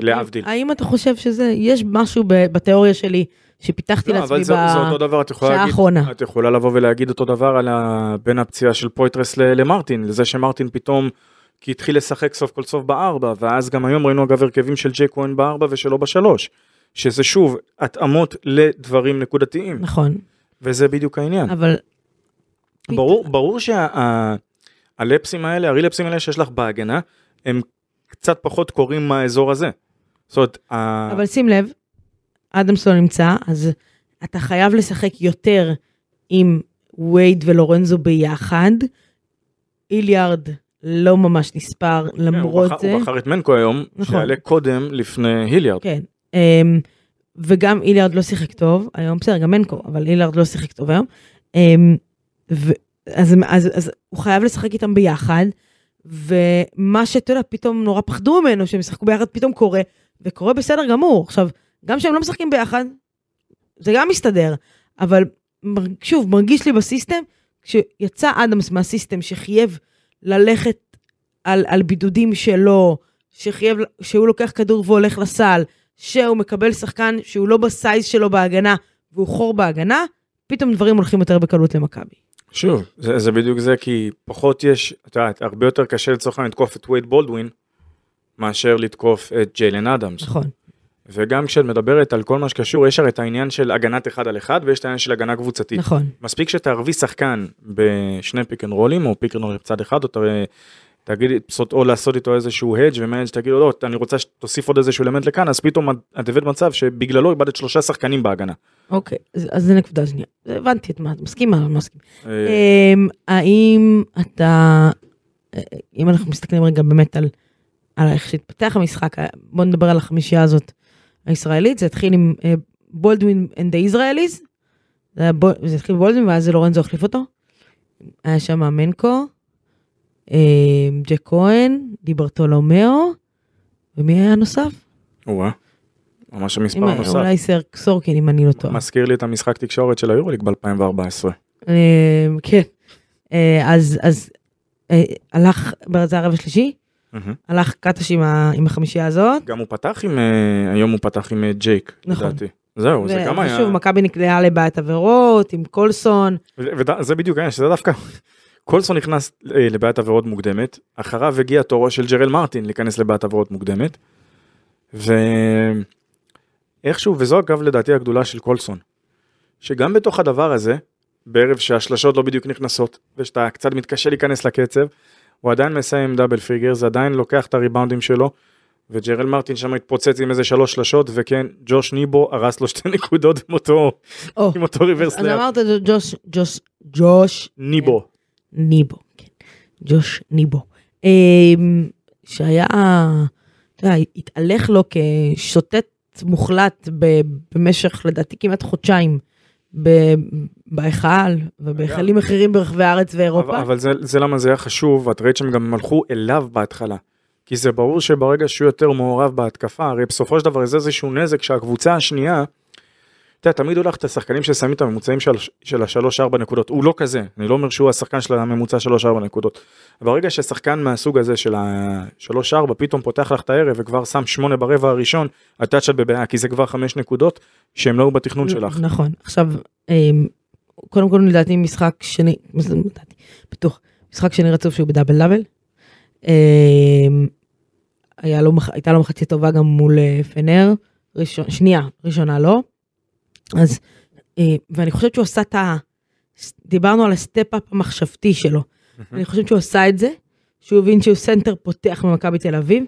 S3: להבדיל.
S2: האם אתה חושב שזה, יש משהו ב- בתיאוריה שלי שפיתחתי
S3: לא,
S2: לעצמי
S3: אבל זה, זה אותו
S2: ב-
S3: דבר, את יכולה
S2: שעה
S3: להגיד,
S2: האחרונה.
S3: את יכולה לבוא ולהגיד אותו דבר על ה... בין הפציעה של פויטרס ל... למרטין, לזה שמרטין פתאום, כי התחיל לשחק סוף כל סוף בארבע, ואז גם היום ראינו אגב הרכבים של ג'ק כהן בארבע ושלו בשלוש, שזה שוב התאמות לדברים נקודתיים,
S2: נכון,
S3: וזה בדיוק העניין.
S2: אבל...
S3: ברור, ברור שהלפסים האלה, הרילפסים האלה שיש לך בהגנה, הם קצת פחות קורים מהאזור הזה. זאת אומרת, ה-
S2: אבל שים לב, אדמס לא נמצא, אז אתה חייב לשחק יותר עם וייד ולורנזו ביחד. איליארד לא ממש נספר
S3: כן, הוא
S2: למרות
S3: בחר-
S2: זה.
S3: הוא בחר את מנקו היום,
S2: נכון.
S3: שיעלה קודם לפני היליארד.
S2: כן. אמ, וגם איליארד לא שיחק טוב, היום בסדר, גם מנקו, אבל איליארד לא שיחק טוב היום. אמ, ו- אז, אז, אז הוא חייב לשחק איתם ביחד, ומה שאתה יודע, פתאום נורא פחדו ממנו שהם ישחקו ביחד, פתאום קורה, וקורה בסדר גמור. עכשיו, גם שהם לא משחקים ביחד, זה גם מסתדר, אבל מר- שוב, מרגיש לי בסיסטם, כשיצא אדמס מהסיסטם שחייב ללכת על, על בידודים שלו, שחייב, שהוא לוקח כדור והולך לסל, שהוא מקבל שחקן שהוא לא בסייז שלו בהגנה, והוא חור בהגנה, פתאום דברים הולכים יותר בקלות למכבי.
S3: שוב, זה, זה בדיוק זה, כי פחות יש, את יודעת, הרבה יותר קשה לצורך העניין לתקוף את וייד בולדווין, מאשר לתקוף את ג'יילן אדמס.
S2: נכון.
S3: וגם כשאת מדברת על כל מה שקשור, יש הרי את העניין של הגנת אחד על אחד, ויש את העניין של הגנה קבוצתית.
S2: נכון.
S3: מספיק שתערבי שחקן בשני פיק אנד רולים, או פיק אנד רול בצד אחד, או ת- תגיד, פסוט- או לעשות איתו איזשהו הדג' ומאנג' תגיד לו, לא, אני רוצה שתוסיף עוד איזשהו אלמנט לכאן, אז פתאום את- את הבאת מצב שבגללו איבדת שלושה שחקנים בהגנה.
S2: אוקיי, אז- אז זה נקודה שנייה. הבנתי את מה, את מסכימה או לא מסכימה?
S3: אה,
S2: אמ, האם אתה, אה, אם אנחנו מסתכלים רגע באמת על, על איך שהתפתח המשחק, אה, בוא נדבר על החמישייה הזאת הישראלית, זה התחיל עם אה, בולדווין and the Israelis, זה היה בול- זה התחיל בולדווין ואז לורנזו החליף אותו, היה שם מנקו, אמ, ג'ק כהן, דיברטולומיאו, ומי היה נוסף?
S3: וואה, אה, ממש המספר
S2: אם-
S3: הנוסף.
S2: אולי סרק סורקין אם אני לא טועה.
S3: מזכיר לי את המשחק תקשורת של היורוליג ב-2014.
S2: אה, כן. אה, אז, אז אה, הלך, זה הרבע השלישי, הלך קטש עם, ה, עם החמישייה הזאת.
S3: גם הוא פתח עם, אה, היום הוא פתח עם אה, ג'ייק,
S2: נכון.
S3: לדעתי. זהו, זה
S2: ו-
S3: גם היה,
S2: ושוב, מכבי נקלעה לבעיית עבירות, עם קולסון.
S3: וזה בדיוק העניין, שזה דווקא, קולסון נכנס אה, לבעיית עבירות מוקדמת, אחריו הגיע תורו של ג'רל מרטין להיכנס לבעיית עבירות מוקדמת, ואיכשהו, וזו אגב לדעתי הגדולה של קולסון, שגם בתוך הדבר הזה, בערב שהשלשות לא בדיוק נכנסות, ושאתה קצת מתקשה להיכנס לקצב, הוא עדיין מסיים עם דאבל פיגר, זה עדיין לוקח את הריבאונדים שלו, וג'רל מרטין שם התפוצץ עם איזה שלוש שלשות, וכן, ג'וש ניבו הרס לו שתי *laughs* נקודות עם אותו,
S2: או,
S3: עם אותו ריברס
S2: אז
S3: לאפ.
S2: אמרת ג'ו- ג'וש, ג'וש, ג'וש
S3: ניבו.
S2: ניבו. כן. ג'וש ניבו. אמ, שהיה אתה יודע, התהלך לו כשוטט מוחלט ב- במשך, לדעתי, כמעט חודשיים ב- בהיכל ובהיכלים אחרים ברחבי הארץ
S3: אבל,
S2: ואירופה.
S3: אבל זה, זה למה זה היה חשוב, את ראית שהם גם הלכו אליו בהתחלה. כי זה ברור שברגע שהוא יותר מעורב בהתקפה, הרי בסופו של דבר זה איזשהו נזק שהקבוצה השנייה, אתה יודע, תמיד הולך את השחקנים ששמים את הממוצעים של, של השלוש-ארבע נקודות, הוא לא כזה, אני לא אומר שהוא השחקן של הממוצע שלוש-ארבע נקודות. ברגע ששחקן מהסוג הזה של השלוש-ארבע פתאום פותח לך את הערב וכבר שם שמונה ברבע הראשון, אתה שאת בבעיה, כי זה כבר חמש נקודות שהם לא היו בתכנון שלך.
S2: נכון. עכשיו, אמ, קודם כל לדעתי משחק שני, מה זה לדעתי? בטוח, משחק שני רצוף שהוא בדאבל דאבל. אמ, היה לו, מח- הייתה לו מחצית טובה גם מול אה, פנר, ראשון, שנייה, ראשונה לא. אז, אה, ואני חושבת שהוא עשה את ה... דיברנו על הסטפ-אפ המחשבתי שלו. אני חושבת שהוא עשה את זה, שהוא הבין שהוא סנטר פותח במכבי תל אביב.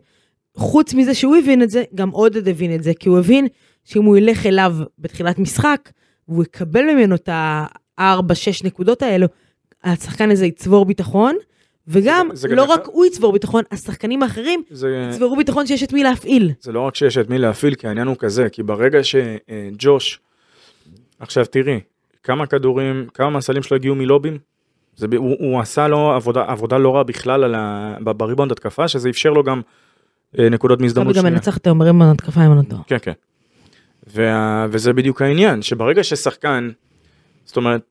S2: חוץ מזה שהוא הבין את זה, גם עודד הבין את זה, כי הוא הבין שאם הוא ילך אליו בתחילת משחק, והוא יקבל ממנו את ה-4-6 נקודות האלו, השחקן הזה יצבור ביטחון, וגם,
S3: זה
S2: זה,
S3: גם
S2: זה
S3: אה.
S2: לא
S3: יכול-
S2: רק הוא יצבור ביטחון, השחקנים האחרים
S3: זה-
S2: יצברו ביטחון שיש את מי להפעיל.
S3: זה לא רק שיש את מי להפעיל, כי העניין הוא כזה, כי ברגע שג'וש, עכשיו תראי, כמה כדורים, כמה מהסלים שלו הגיעו מלובים, זה, ב- הוא, הוא עשה לו עבודה, עבודה לא רעה בכלל על ה, ב- בריבאונד התקפה, שזה אפשר לו גם אה, נקודות
S2: מכבי
S3: מהזדמנות
S2: גם
S3: שנייה.
S2: מנצח את ההומרים בהתקפה עם הנוטו.
S3: כן, כן. וה, וזה בדיוק העניין, שברגע ששחקן, זאת אומרת,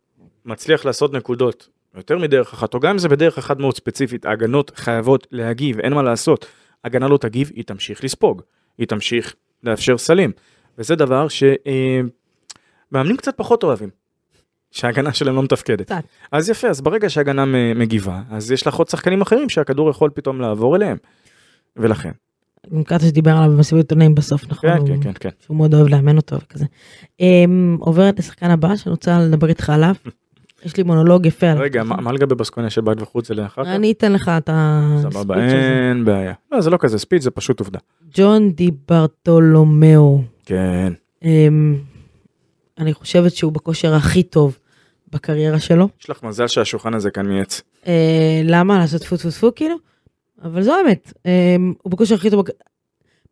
S3: מצליח לעשות נקודות יותר מדרך אחת, או גם אם זה בדרך אחת מאוד ספציפית, ההגנות חייבות להגיב, אין מה לעשות. הגנה לא תגיב, היא תמשיך לספוג, היא תמשיך לאפשר סלים. וזה דבר שמאמנים קצת פחות אוהבים, שההגנה שלהם לא מתפקדת.
S2: קצת.
S3: אז יפה, אז ברגע שההגנה מ- מגיבה, אז יש לך עוד שחקנים אחרים שהכדור יכול פתאום לעבור אליהם. ולכן,
S2: גם קרצה שדיבר עליו במסיבות עיתונאים בסוף, נכון?
S3: כן,
S2: הוא-
S3: כן, כן, כן.
S2: שהוא מאוד אוהב לאמן אותו וכזה. אמ, עוברת לשחקן הבא שאני רוצה לדבר איתך עליו. יש לי מונולוג יפה. עליו.
S3: רגע, מה מה לגבי בסקוניה של בית וחוץ זה לאחר כך?
S2: כן. אני אתן לך את הספיץ'
S3: סבבה,
S2: הזה.
S3: אין בעיה. לא, זה לא כזה ספיץ', זה פשוט עובדה.
S2: ג'ון די ברטולומיאו.
S3: כן.
S2: אמ, אני חושבת שהוא בכושר הכי טוב בקריירה שלו.
S3: יש לך מזל שהשולחן הזה כאן מעץ.
S2: אה, למה לעשות טפו טפו טפו כאילו? אבל זו האמת, אה, הוא בכושר הכי טוב. בק-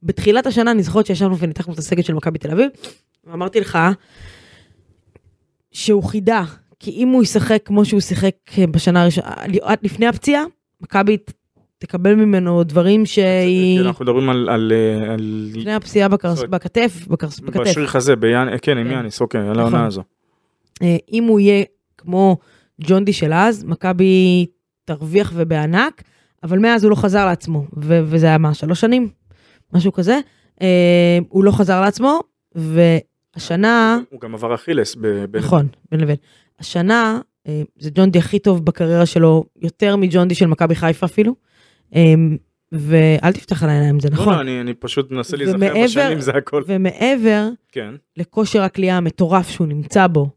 S2: בתחילת השנה אני זוכרת שישבנו וניתחנו את הסגל של מכבי תל אביב, ואמרתי לך שהוא חידה, כי אם הוא ישחק כמו שהוא שיחק אה, בשנה הראשונה, עד לפני הפציעה, מכבי ת- תקבל ממנו דברים שהיא...
S3: כאילו, אנחנו מדברים על- על... אה, על-
S2: לפני הפציעה בקרס-
S3: זאת.
S2: בכתף, בכרס- בכתף.
S3: בשריר חזה, ביאן- אה, כן, עם
S2: כן.
S3: יאניס, אוקיי, על
S2: נכון.
S3: העונה הזו.
S2: אה, אם הוא יהיה כמו ג'ונדי של אז, מכבי תרוויח ובענק, אבל מאז הוא לא חזר לעצמו, ו- וזה היה מה, שלוש שנים? משהו כזה. אה, הוא לא חזר לעצמו, והשנה,
S3: הוא גם עבר אכילס. ב- ב-
S2: אה? נכון, בין לבין. השנה, אה, זה ג'ונדי הכי טוב בקריירה שלו, יותר מג'ונדי של מכבי חיפה אפילו. אה, ואל תפתח על העיניים, זה
S3: לא,
S2: נכון.
S3: לא, אני אני פשוט מנסה להיזכר
S2: ומעבר-
S3: בשנים, זה הכל.
S2: ומעבר,
S3: כן.
S2: לכושר הכלייה המטורף שהוא נמצא בו.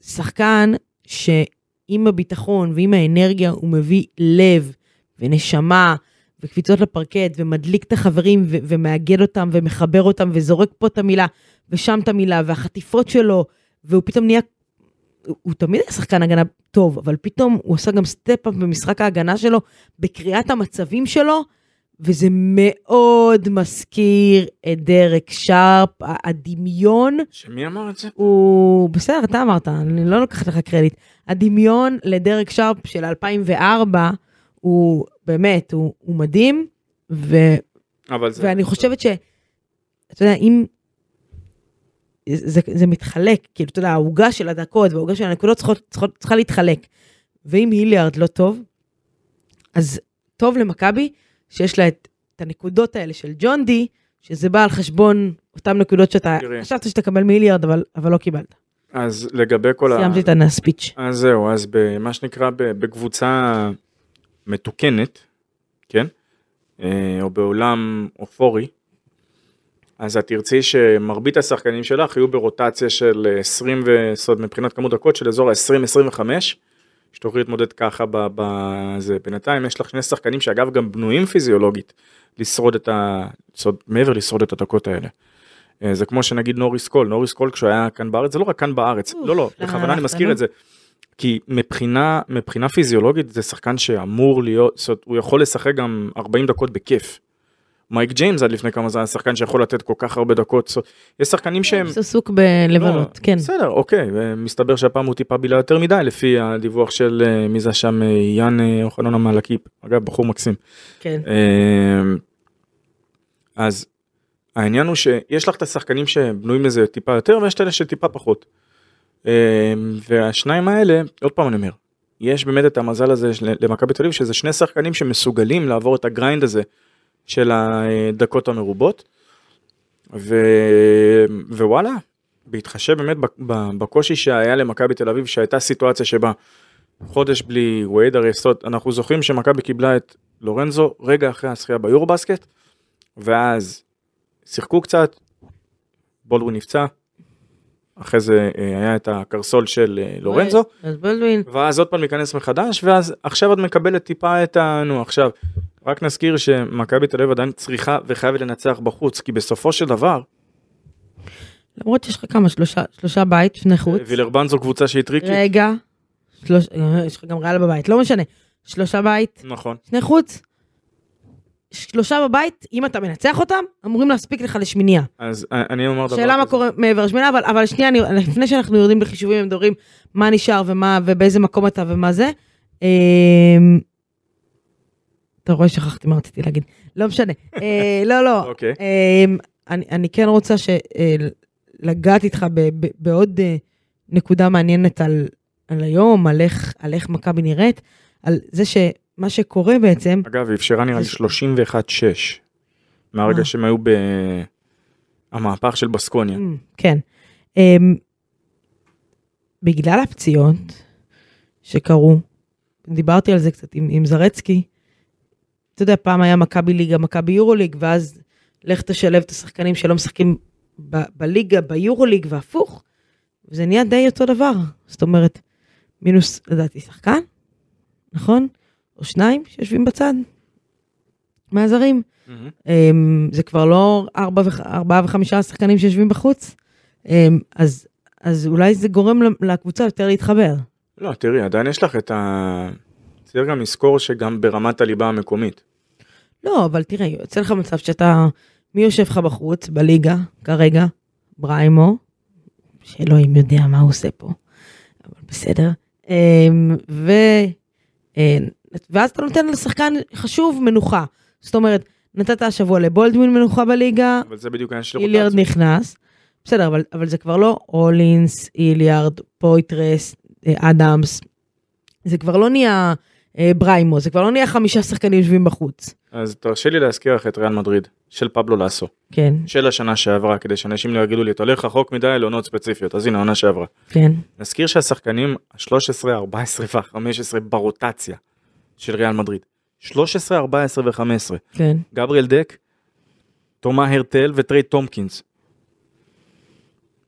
S2: שחקן שעם הביטחון ועם האנרגיה הוא מביא לב ונשמה וקפיצות לפרקט ומדליק את החברים ו- ומאגד אותם ומחבר אותם וזורק פה את המילה ושם את המילה והחטיפות שלו והוא פתאום נהיה, הוא, הוא תמיד היה שחקן הגנה טוב אבל פתאום הוא עשה גם סטפ-אפ במשחק ההגנה שלו בקריאת המצבים שלו וזה מאוד מזכיר את דרק שרפ, ה- הדמיון
S3: שמי אמר את זה?
S2: הוא, בסדר, אתה אמרת, אני לא לוקחת לך קרדיט. הדמיון לדרק שרפ של 2004 הוא באמת, הוא, הוא מדהים, ו,
S3: אבל זה...
S2: ואני חושבת ש... אתה יודע, אם... זה, זה מתחלק, כאילו, אתה יודע, העוגה של הדקות והעוגה של הנקודות צריכות, צריכות, צריכה להתחלק. ואם היליארד לא טוב, אז טוב למכבי שיש לה את, את הנקודות האלה של ג'ון די, שזה בא על חשבון אותן נקודות שאתה
S3: תראי.
S2: חשבת שתקבל מהיליארד, אבל, אבל לא קיבלת.
S3: אז לגבי כל ה...
S2: סיימתי את הספיץ'.
S3: אז זהו, אז במה שנקרא ב- בקבוצה מתוקנת, כן? אה, או בעולם אופורי, אז את תרצי שמרבית השחקנים שלך יהיו ברוטציה של 20 ו... זאת אומרת, מבחינת כמות דקות של אזור ה-20-25, שתוכלי להתמודד ככה ב- בזה. בינתיים יש לך שני שחקנים שאגב גם בנויים פיזיולוגית לשרוד את ה... לשרוד, מעבר לשרוד את הדקות האלה. אה, זה כמו שנגיד נוריס קול, נוריס קול כשהוא היה כאן בארץ, זה לא רק כאן בארץ,
S2: אוף,
S3: לא לא,
S2: למה
S3: בכוונה אני
S2: הלכת,
S3: מזכיר
S2: נו?
S3: את זה. כי מבחינה, מבחינה פיזיולוגית זה שחקן שאמור להיות, זאת אומרת, הוא יכול לשחק גם 40 דקות בכיף. מייק ג'יימס עד לפני כמה זמן שחקן שיכול לתת כל כך הרבה דקות. יש שחקנים שהם...
S2: יש עסוק בלבלות, כן.
S3: בסדר, אוקיי, מסתבר שהפעם הוא טיפה בילה יותר מדי, לפי הדיווח של אה, מי זה שם, אה, יאן אה, אוחנון המעלקיפ, אגב, בחור מקסים.
S2: כן.
S3: אה, אז העניין הוא שיש לך את השחקנים שבנויים לזה טיפה יותר, ויש את אלה שטיפה פחות. אה, והשניים האלה, עוד פעם אני אומר, יש באמת את המזל הזה של- למכבי תל אביב, שזה שני שחקנים שמסוגלים לעבור את הגריינד הזה של הדקות המרובות. ו... ווואלה, בהתחשב באמת ב- ב- בקושי שהיה למכבי תל אביב, שהייתה סיטואציה שבה חודש בלי וייד הרי סוד, אנחנו זוכרים שמכבי קיבלה את לורנזו רגע אחרי הזכייה ביורו בסקט, ואז שיחקו קצת, בולדווין נפצע, אחרי זה אה, היה את הקרסול של אה, לורנזו,
S2: אז בולדווין,
S3: ואז עוד פעם להיכנס מחדש ואז עכשיו את מקבלת טיפה את ה... נו עכשיו רק נזכיר שמכבי תל אביב עדיין צריכה וחייבת לנצח בחוץ כי בסופו של דבר
S2: למרות שיש לך כמה, שלושה- שלושה בית, שני חוץ.
S3: וילרבן זו קבוצה שהיא טריקית.
S2: רגע, שלוש- אה, יש לך גם ריאל בבית, לא משנה. שלושה בית,
S3: נכון.
S2: שני חוץ. שלושה בבית, אם אתה מנצח אותם, אמורים להספיק לך לשמינייה.
S3: אז אה, אני אומר דבר
S2: שאלה מה
S3: כזה.
S2: קורה מעבר לשמינה, אבל, אבל שנייה, אני, לפני שאנחנו יורדים לחישובים ומדברים מה נשאר ומה, ובאיזה מקום אתה ומה זה. אמ, אתה רואה, שכחתי מה רציתי להגיד. לא משנה. אה, לא, לא.
S3: *laughs* אוקיי.
S2: אמ, אני, אני כן רוצה ש, אה, לגעת איתך ב, ב, בעוד אה, נקודה מעניינת על, על היום, על איך, על איך מכבי נראית, על זה שמה שקורה בעצם,
S3: אגב היא אפשרה נראה לי 31-6 מהרגע
S2: אה.
S3: שהם היו ב... המהפך של בסקוניה.
S2: Mm, כן. אמ, בגלל הפציעות שקרו, דיברתי על זה קצת עם, עם זרצקי, אתה יודע, פעם היה מכבי ליגה, מכבי יורו ליג, ואז לך תשלב את השחקנים שלא משחקים ב, בליגה, ביורו ליג והפוך, וזה נהיה די אותו דבר. זאת אומרת, מינוס, לדעתי, שחקן, נכון? או שניים שיושבים בצד, מהזרים.
S3: מהמם.
S2: אמ, זה כבר לא ארבע וח- ארבעה וחמישה שחקנים שיושבים בחוץ, אמ, אז, אז אולי זה גורם ל- לקבוצה יותר להתחבר.
S3: לא תראי עדיין יש לך את ה... צריך גם לזכור שגם ברמת הליבה המקומית.
S2: לא, אבל תראה, יוצא לך מצב שאתה, מי יושב לך בחוץ בליגה כרגע? בריימו, שאלוהים יודע מה הוא עושה פה, אבל בסדר. אמ, ו... אמ, ואז אתה נותן לשחקן חשוב מנוחה. זאת אומרת, נתת השבוע לבולדווין מנוחה בליגה,
S3: אבל זה בדיוק העניין של
S2: איליארד
S3: רוטציה.
S2: נכנס, בסדר, אבל, אבל זה כבר לא הולינס, איליארד, פויטרס, אה, אדמס, זה כבר לא נהיה אה, בריימו, זה כבר לא נהיה חמישה שחקנים יושבים בחוץ.
S3: אז תרשי לי להזכיר לך את ריאל מדריד של פבלו לאסו.
S2: כן,
S3: של השנה שעברה, כדי שאנשים לא יגידו לי, אתה הולך רחוק מדי לעונות ספציפיות, אז הנה העונה שעברה.
S2: כן,
S3: נזכיר שהשחקנים ה-13, 14 וה-15 ברוטציה של ריאל מדריד. 13, 14 ו-15.
S2: כן.
S3: גבריאל דק, תומה הרטל וטרי טומקינס.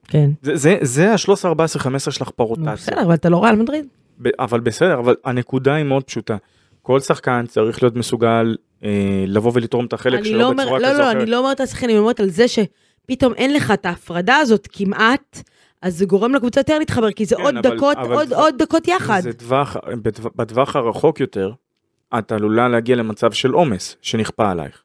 S2: כן.
S3: זה, זה, זה ה-13, 14, 15 שלך ברוטציה.
S2: בסדר, אבל אתה לא ריאל מדריד.
S3: ב- אבל בסדר, אבל הנקודה היא מאוד פשוטה. כל שחקן צריך להיות מסוגל אה, לבוא ולתרום את החלק
S2: אני לא
S3: שלו
S2: אומר-
S3: בצורה
S2: לא,
S3: כזו או
S2: לא, אני
S3: אחרת.
S2: לא אומרת על השחקנים, אני אומרת על זה שפתאום אין לך את ההפרדה הזאת כמעט, אז זה גורם לקבוצה יותר להתחבר, כי זה
S3: כן,
S2: עוד
S3: אבל-
S2: דקות,
S3: אבל
S2: עוד-
S3: זה-
S2: עוד דקות יחד.
S3: זה טווח, בטו- בטווח הרחוק יותר, את עלולה להגיע למצב של עומס שנכפה עלייך.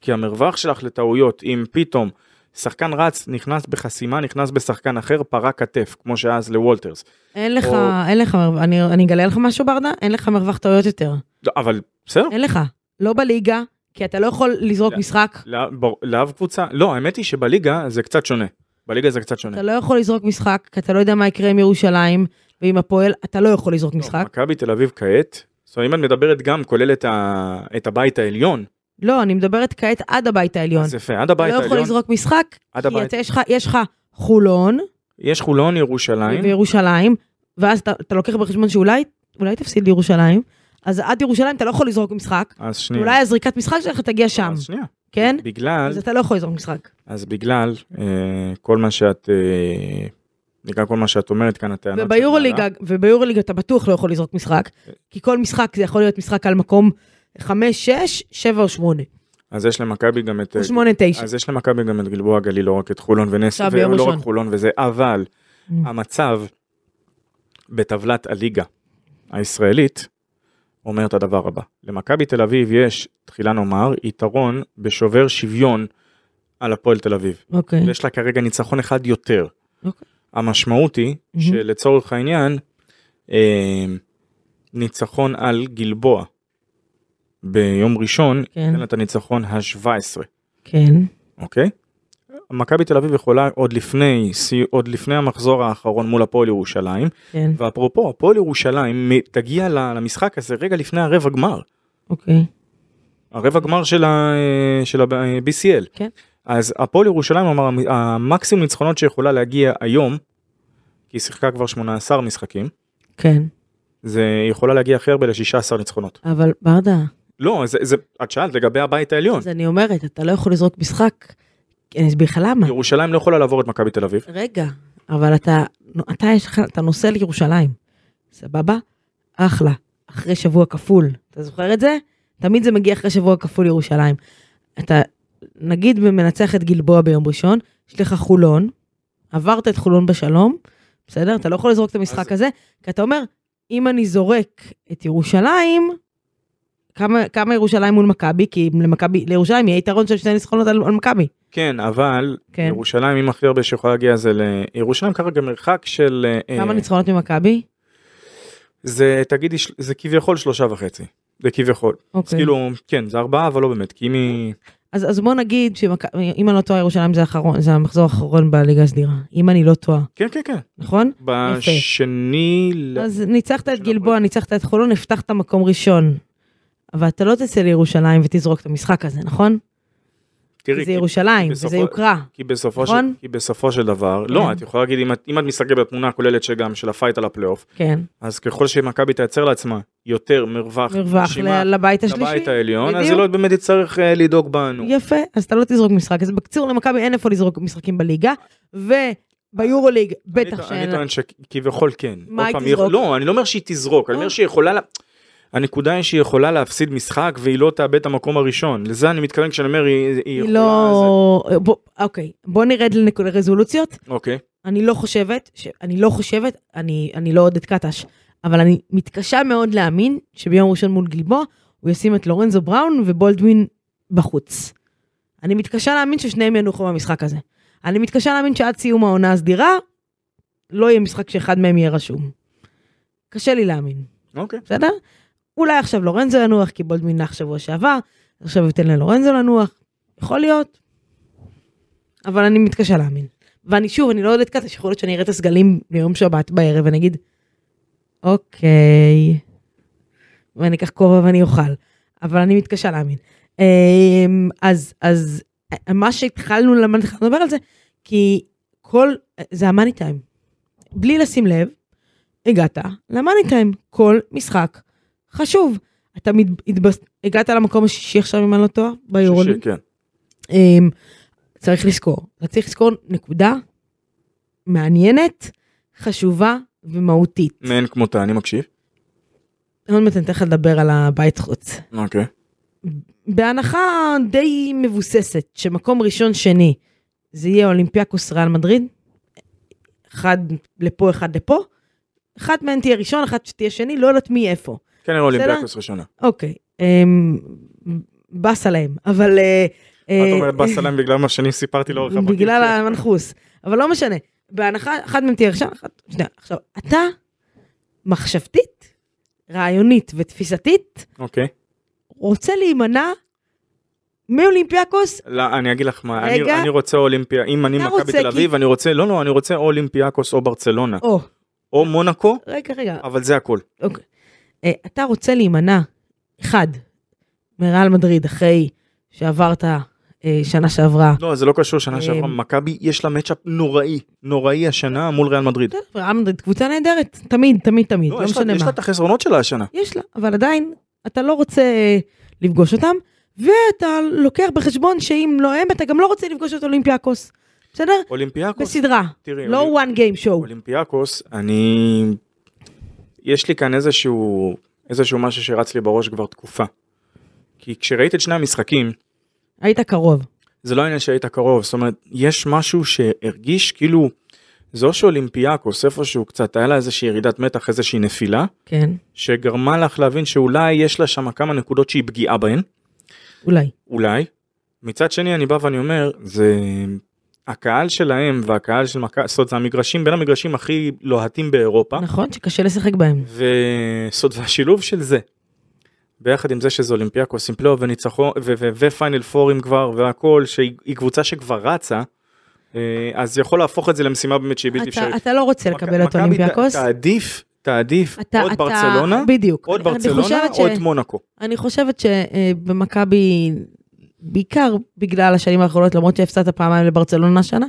S3: כי המרווח שלך לטעויות, אם פתאום שחקן רץ, נכנס בחסימה, נכנס בשחקן אחר, פרה כתף, כמו שהיה אז לוולטרס.
S2: אין לך,
S3: או-
S2: אין לך, מרווח- אני אני אגלה לך משהו ברדה? אין לך מרווח טעויות יותר.
S3: לא, אבל בסדר,
S2: אין לך. לא בליגה, כי אתה לא יכול לזרוק
S3: לא.
S2: משחק.
S3: לא- בור- לאו קבוצה, לא, האמת היא שבליגה זה קצת שונה. בליגה זה קצת שונה.
S2: אתה לא יכול לזרוק משחק, כי אתה לא יודע מה יקרה עם ירושלים ועם הפועל, אתה לא יכול לזרוק
S3: לא,
S2: משחק.
S3: מכבי תל אביב כעת, זאת אומרת, אם את מדברת גם כולל את ה- את הבית העליון,
S2: לא, אני מדברת כעת עד הבית העליון.
S3: אז יפה, עד
S2: אתה
S3: הבית
S2: לא יכול
S3: העליון,
S2: לזרוק משחק, כי
S3: עד הבית,
S2: אתה- יש לך- יש לך חולון
S3: יש חולון, ירושלים,
S2: וירושלים, ואז אתה אתה לוקח בחשבון שאולי אולי תפסיד לירושלים, אז עד ירושלים אתה לא יכול לזרוק משחק,
S3: אז שנייה,
S2: אולי הזריקת משחק שלך תגיע שם,
S3: אז שנייה,
S2: כן?
S3: בגלל,
S2: אז אתה לא יכול לזרוק משחק.
S3: אז בגלל אה, כל מה שאת, אה, נקרא כל מה שאת אומרת כאן, הטענות שאת
S2: וביורוליגה,
S3: מעלה,
S2: וביורוליגה אתה בטוח לא יכול לזרוק משחק, כי כל משחק זה יכול להיות משחק על מקום 5, 6, 7 או 8,
S3: אז יש למכבי גם את, אה,
S2: או 8, 9.
S3: אז יש למכבי גם את גלבוע גליל, לא רק את חולון ונס,
S2: עכשיו, ביום
S3: ולא
S2: ראשון.
S3: רק חולון וזה, אבל
S2: Mm.
S3: המצב בטבלת הליגה הישראלית אומר את הדבר הבא. למכבי תל אביב יש, תחילה נאמר, יתרון בשובר שוויון על הפועל תל אביב.
S2: אוקיי.
S3: ויש לה כרגע ניצחון אחד יותר.
S2: אוקיי. Mm-hmm.
S3: המשמעות היא
S2: מהמם.
S3: שלצורך העניין אה, ניצחון על גלבוע ביום ראשון
S2: כן,
S3: ייתן לה את הניצחון ה-17,
S2: כן.
S3: אוקיי? מכבי תל אביב יכולה עוד לפני, סי- עוד לפני המחזור האחרון מול הפועל ירושלים,
S2: כן,
S3: ואפרופו הפועל ירושלים מ- תגיע ל- למשחק הזה רגע לפני הרבע גמר,
S2: אוקיי.
S3: הרבע גמר של אה, ה-BCL.
S2: כן.
S3: אז הפועל ירושלים אמר המ- המקסימום ניצחונות שיכולה להגיע היום, כי היא שיחקה כבר 18 משחקים,
S2: כן.
S3: זה היא יכולה להגיע הכי הרבה ל-16 ניצחונות.
S2: אבל ברדה,
S3: לא, זה, זה, את שאלת לגבי הבית העליון.
S2: אז אני אומרת, אתה לא יכול לזרוק משחק. כי אני אסביר לך למה.
S3: ירושלים לא יכולה לעבור את מכבי תל אביב.
S2: רגע, אבל אתה, אתה, יש לך, אתה נוסע לירושלים, סבבה? אחלה. אחרי שבוע כפול, אתה זוכר את זה? תמיד זה מגיע אחרי שבוע כפול ירושלים. אתה, נגיד ומנצח את גלבוע ביום ראשון, יש לך חולון, עברת את חולון בשלום, בסדר? אתה לא יכול לזרוק את המשחק הזה, כי אתה אומר, אם אני זורק את ירושלים, כמה, כמה ירושלים מול מכבי? כי למכבי, לירושלים יהיה יתרון של שני ניצחונות על, על מכבי.
S3: כן, אבל
S2: כן.
S3: ירושלים עם הכי הרבה שיכולה להגיע זה לירושלים כרגע מרחק של... אה,
S2: כמה ניצחונות ממכבי?
S3: זה תגידי, של- זה כביכול שלושה וחצי. זה כביכול. אז
S2: אוקיי.
S3: כאילו, כן, זה ארבעה, אבל לא באמת, כי אם היא...
S2: אז, אז בוא נגיד שאם אני לא טועה ירושלים זה, האחרון, זה המחזור האחרון בליגה הסדירה, אם אני לא טועה,
S3: כן, כן, כן.
S2: נכון?
S3: בשני... ל-
S2: אז ניצחת את
S3: של
S2: גלבוע,
S3: הפועל.
S2: ניצחת את חולון, הבטחת מקום ראשון. אבל אתה לא תצא לירושלים ותזרוק את המשחק הזה, נכון?
S3: תראי,
S2: כי זה
S3: כי-
S2: ירושלים,
S3: בסופו-
S2: וזה יוקרה.
S3: כי בסופו של-
S2: נכון? כן.
S3: כי בסופו של דבר, לא, את יכולה להגיד, אם את- אם את מסתכלת בתמונה הכוללת שגם של הפייט על הפלייאוף,
S2: כן.
S3: אז ככל שמכבי תייצר לעצמה יותר מרווח,
S2: מרווח
S3: נשימה
S2: ל- לבית השלישי.
S3: לבית העליון, אז היא
S2: בדיוק.
S3: לא באמת תצטרך אה, לדאוג בנו.
S2: יפה, אז אתה לא תזרוק משחק. אז בקיצור, למכבי אין איפה לזרוק משחקים בליגה, וביורוליג
S3: אני
S2: בטח
S3: טוע- אני
S2: שאין... לה-
S3: טוען שכביכול כן.
S2: מה
S3: עוד
S2: היא
S3: פעם, היא-
S2: תזרוק? אה.
S3: לא, אני לא אומר שהיא תזרוק, אני אומר שהיא יכולה... לה- הנקודה היא שהיא יכולה להפסיד משחק והיא לא תאבד את המקום הראשון. לזה אני מתכוון כשאני אומר היא היא
S2: היא
S3: יכולה...
S2: לא... בוא- אוקיי, בוא נרד לנק- לרזולוציות.
S3: זה- אוקיי.
S2: אני לא חושבת, ש... אני לא חושבת, אני, אני לא עודד קטש, אבל אני מתקשה מאוד להאמין שביום ראשון מול גלבוע הוא ישים את לורנזו בראון ובולדווין בחוץ. אני מתקשה להאמין ששניהם ינוחו במשחק הזה. אני מתקשה להאמין שעד סיום העונה הסדירה, לא יהיה משחק שאחד מהם יהיה רשום. קשה לי להאמין,
S3: אוקיי.
S2: בסדר? אולי עכשיו לורנזו ינוח, כי בולדווין נח שבוע שעבר, עכשיו הוא ייתן ללורנזו לנוח, יכול להיות. אבל אני מתקשה להאמין. ואני שוב, אני לא יודעת כזה, שיכול להיות שאני אראה את הסגלים ביום שבת בערב ואני אגיד, אוקיי, ואני אקח כובע ואני אוכל, אבל אני מתקשה להאמין. אמ, אז, אז מה שהתחלנו למה התחלנו לדבר על זה, כי כל, זה המאני טיים. בלי לשים לב, הגעת למאני טיים, כל משחק חשוב. אתה מת, התבס, הגעת למקום השישי עכשיו, אם אני לא טועה, ביורוליג.
S3: שישי, כן.
S2: אמ, צריך לזכור, אתה צריך לזכור נקודה מעניינת, חשובה ומהותית.
S3: מאין כמותה, אני מקשיב.
S2: עוד מעט אני אתן לך לדבר על הבית חוץ.
S3: אוקיי.
S2: בהנחה די מבוססת שמקום ראשון שני זה יהיה אולימפיאקוס ריאל מדריד, אחד לפה אחד לפה, אחת מהן תהיה ראשון, אחת שתהיה שני, לא יודעת מי איפה.
S3: כנראה אולימפיאקוס כן, ראשונה.
S2: אוקיי, אמ, באס עליהם, אבל... אה,
S3: את
S2: אה,
S3: אומרת באס עליהם בגלל מה שאני סיפרתי לאורך כן. הבוקר.
S2: בגלל המנחוס, אבל לא משנה. בהנחה, אחת מהם תהיה ראשון, אחת שנייה. עכשיו, אתה מחשבתית, רעיונית ותפיסתית,
S3: אוקיי.
S2: רוצה להימנע מאולימפיאקוס,
S3: לא, אני אגיד לך מה, אני-
S2: רגע.
S3: אני רוצה אולימפיה, אם אני
S2: אתה
S3: מכבי
S2: רוצה
S3: תל
S2: כי-
S3: אביב, אני רוצה, לא, לא, אני רוצה או אולימפיאקוס או ברצלונה,
S2: או,
S3: או מונקו,
S2: רגע, רגע,
S3: אבל זה הכל.
S2: אוקיי. אה, אתה רוצה להימנע, אחד, מריאל מדריד, אחרי שעברת אה, שנה שעברה,
S3: לא, זה לא קשור, שנה שעברה,
S2: אמ,
S3: מכבי יש לה מצ'אפ נוראי, נוראי השנה מול ריאל מדריד.
S2: בסדר, ריאל מדריד קבוצה נהדרת, תמיד, תמיד, תמיד,
S3: לא,
S2: אה, לא
S3: יש
S2: משנה
S3: לה- יש
S2: מה.
S3: לה את החסרונות שלה השנה.
S2: יש לה, אבל עדיין אתה לא רוצה לפגוש אותם, ואתה לוקח בחשבון שאם לא הם, אתה גם לא רוצה לפגוש את אולימפיאקוס, בסדר?
S3: אולימפיאקוס,
S2: בסדרה,
S3: תראי,
S2: לא
S3: אולי-
S2: one game show.
S3: אולימפיאקוס, אני... יש לי כאן איזשהו, איזשהו משהו שרץ לי בראש כבר תקופה. כי כשראיתי את שני המשחקים,
S2: היית קרוב.
S3: זה לא העניין שהיית קרוב, זאת אומרת, יש משהו שהרגיש כאילו, זו שאולימפיאקוס, איפשהו קצת, היה לה איזושהי ירידת מתח, איזושהי נפילה,
S2: כן,
S3: שגרמה לך להבין שאולי יש לה שם כמה נקודות שהיא פגיעה בהן,
S2: אולי.
S3: אולי. מצד שני אני בא ואני אומר, זה הקהל שלהם והקהל של מכבי, זאת אומרת זה המגרשים, בין המגרשים הכי לוהטים באירופה,
S2: נכון שקשה לשחק בהם.
S3: וסוד והשילוב של זה. ביחד עם זה שזה אולימפיאקוס עם פלייאוף וניצחון ו- ו- ופיינל פורים כבר והכל שהיא היא קבוצה שכבר רצה אה, אז יכול להפוך את זה למשימה באמת שהיא בלתי
S2: אתה-
S3: אפשרית.
S2: אתה לא רוצה
S3: מכ-
S2: לקבל את
S3: מכבי
S2: אולימפיאקוס.
S3: ת- תעדיף תעדיף
S2: אתה-
S3: עוד
S2: אתה-
S3: ברצלונה
S2: בדיוק.
S3: עוד
S2: אני- אני
S3: ברצלונה
S2: חושבת ש-
S3: או את מונאקו.
S2: אני חושבת שבמכבי, בעיקר בגלל השנים האחרונות, למרות שהפסדת פעמיים לברצלונה השנה,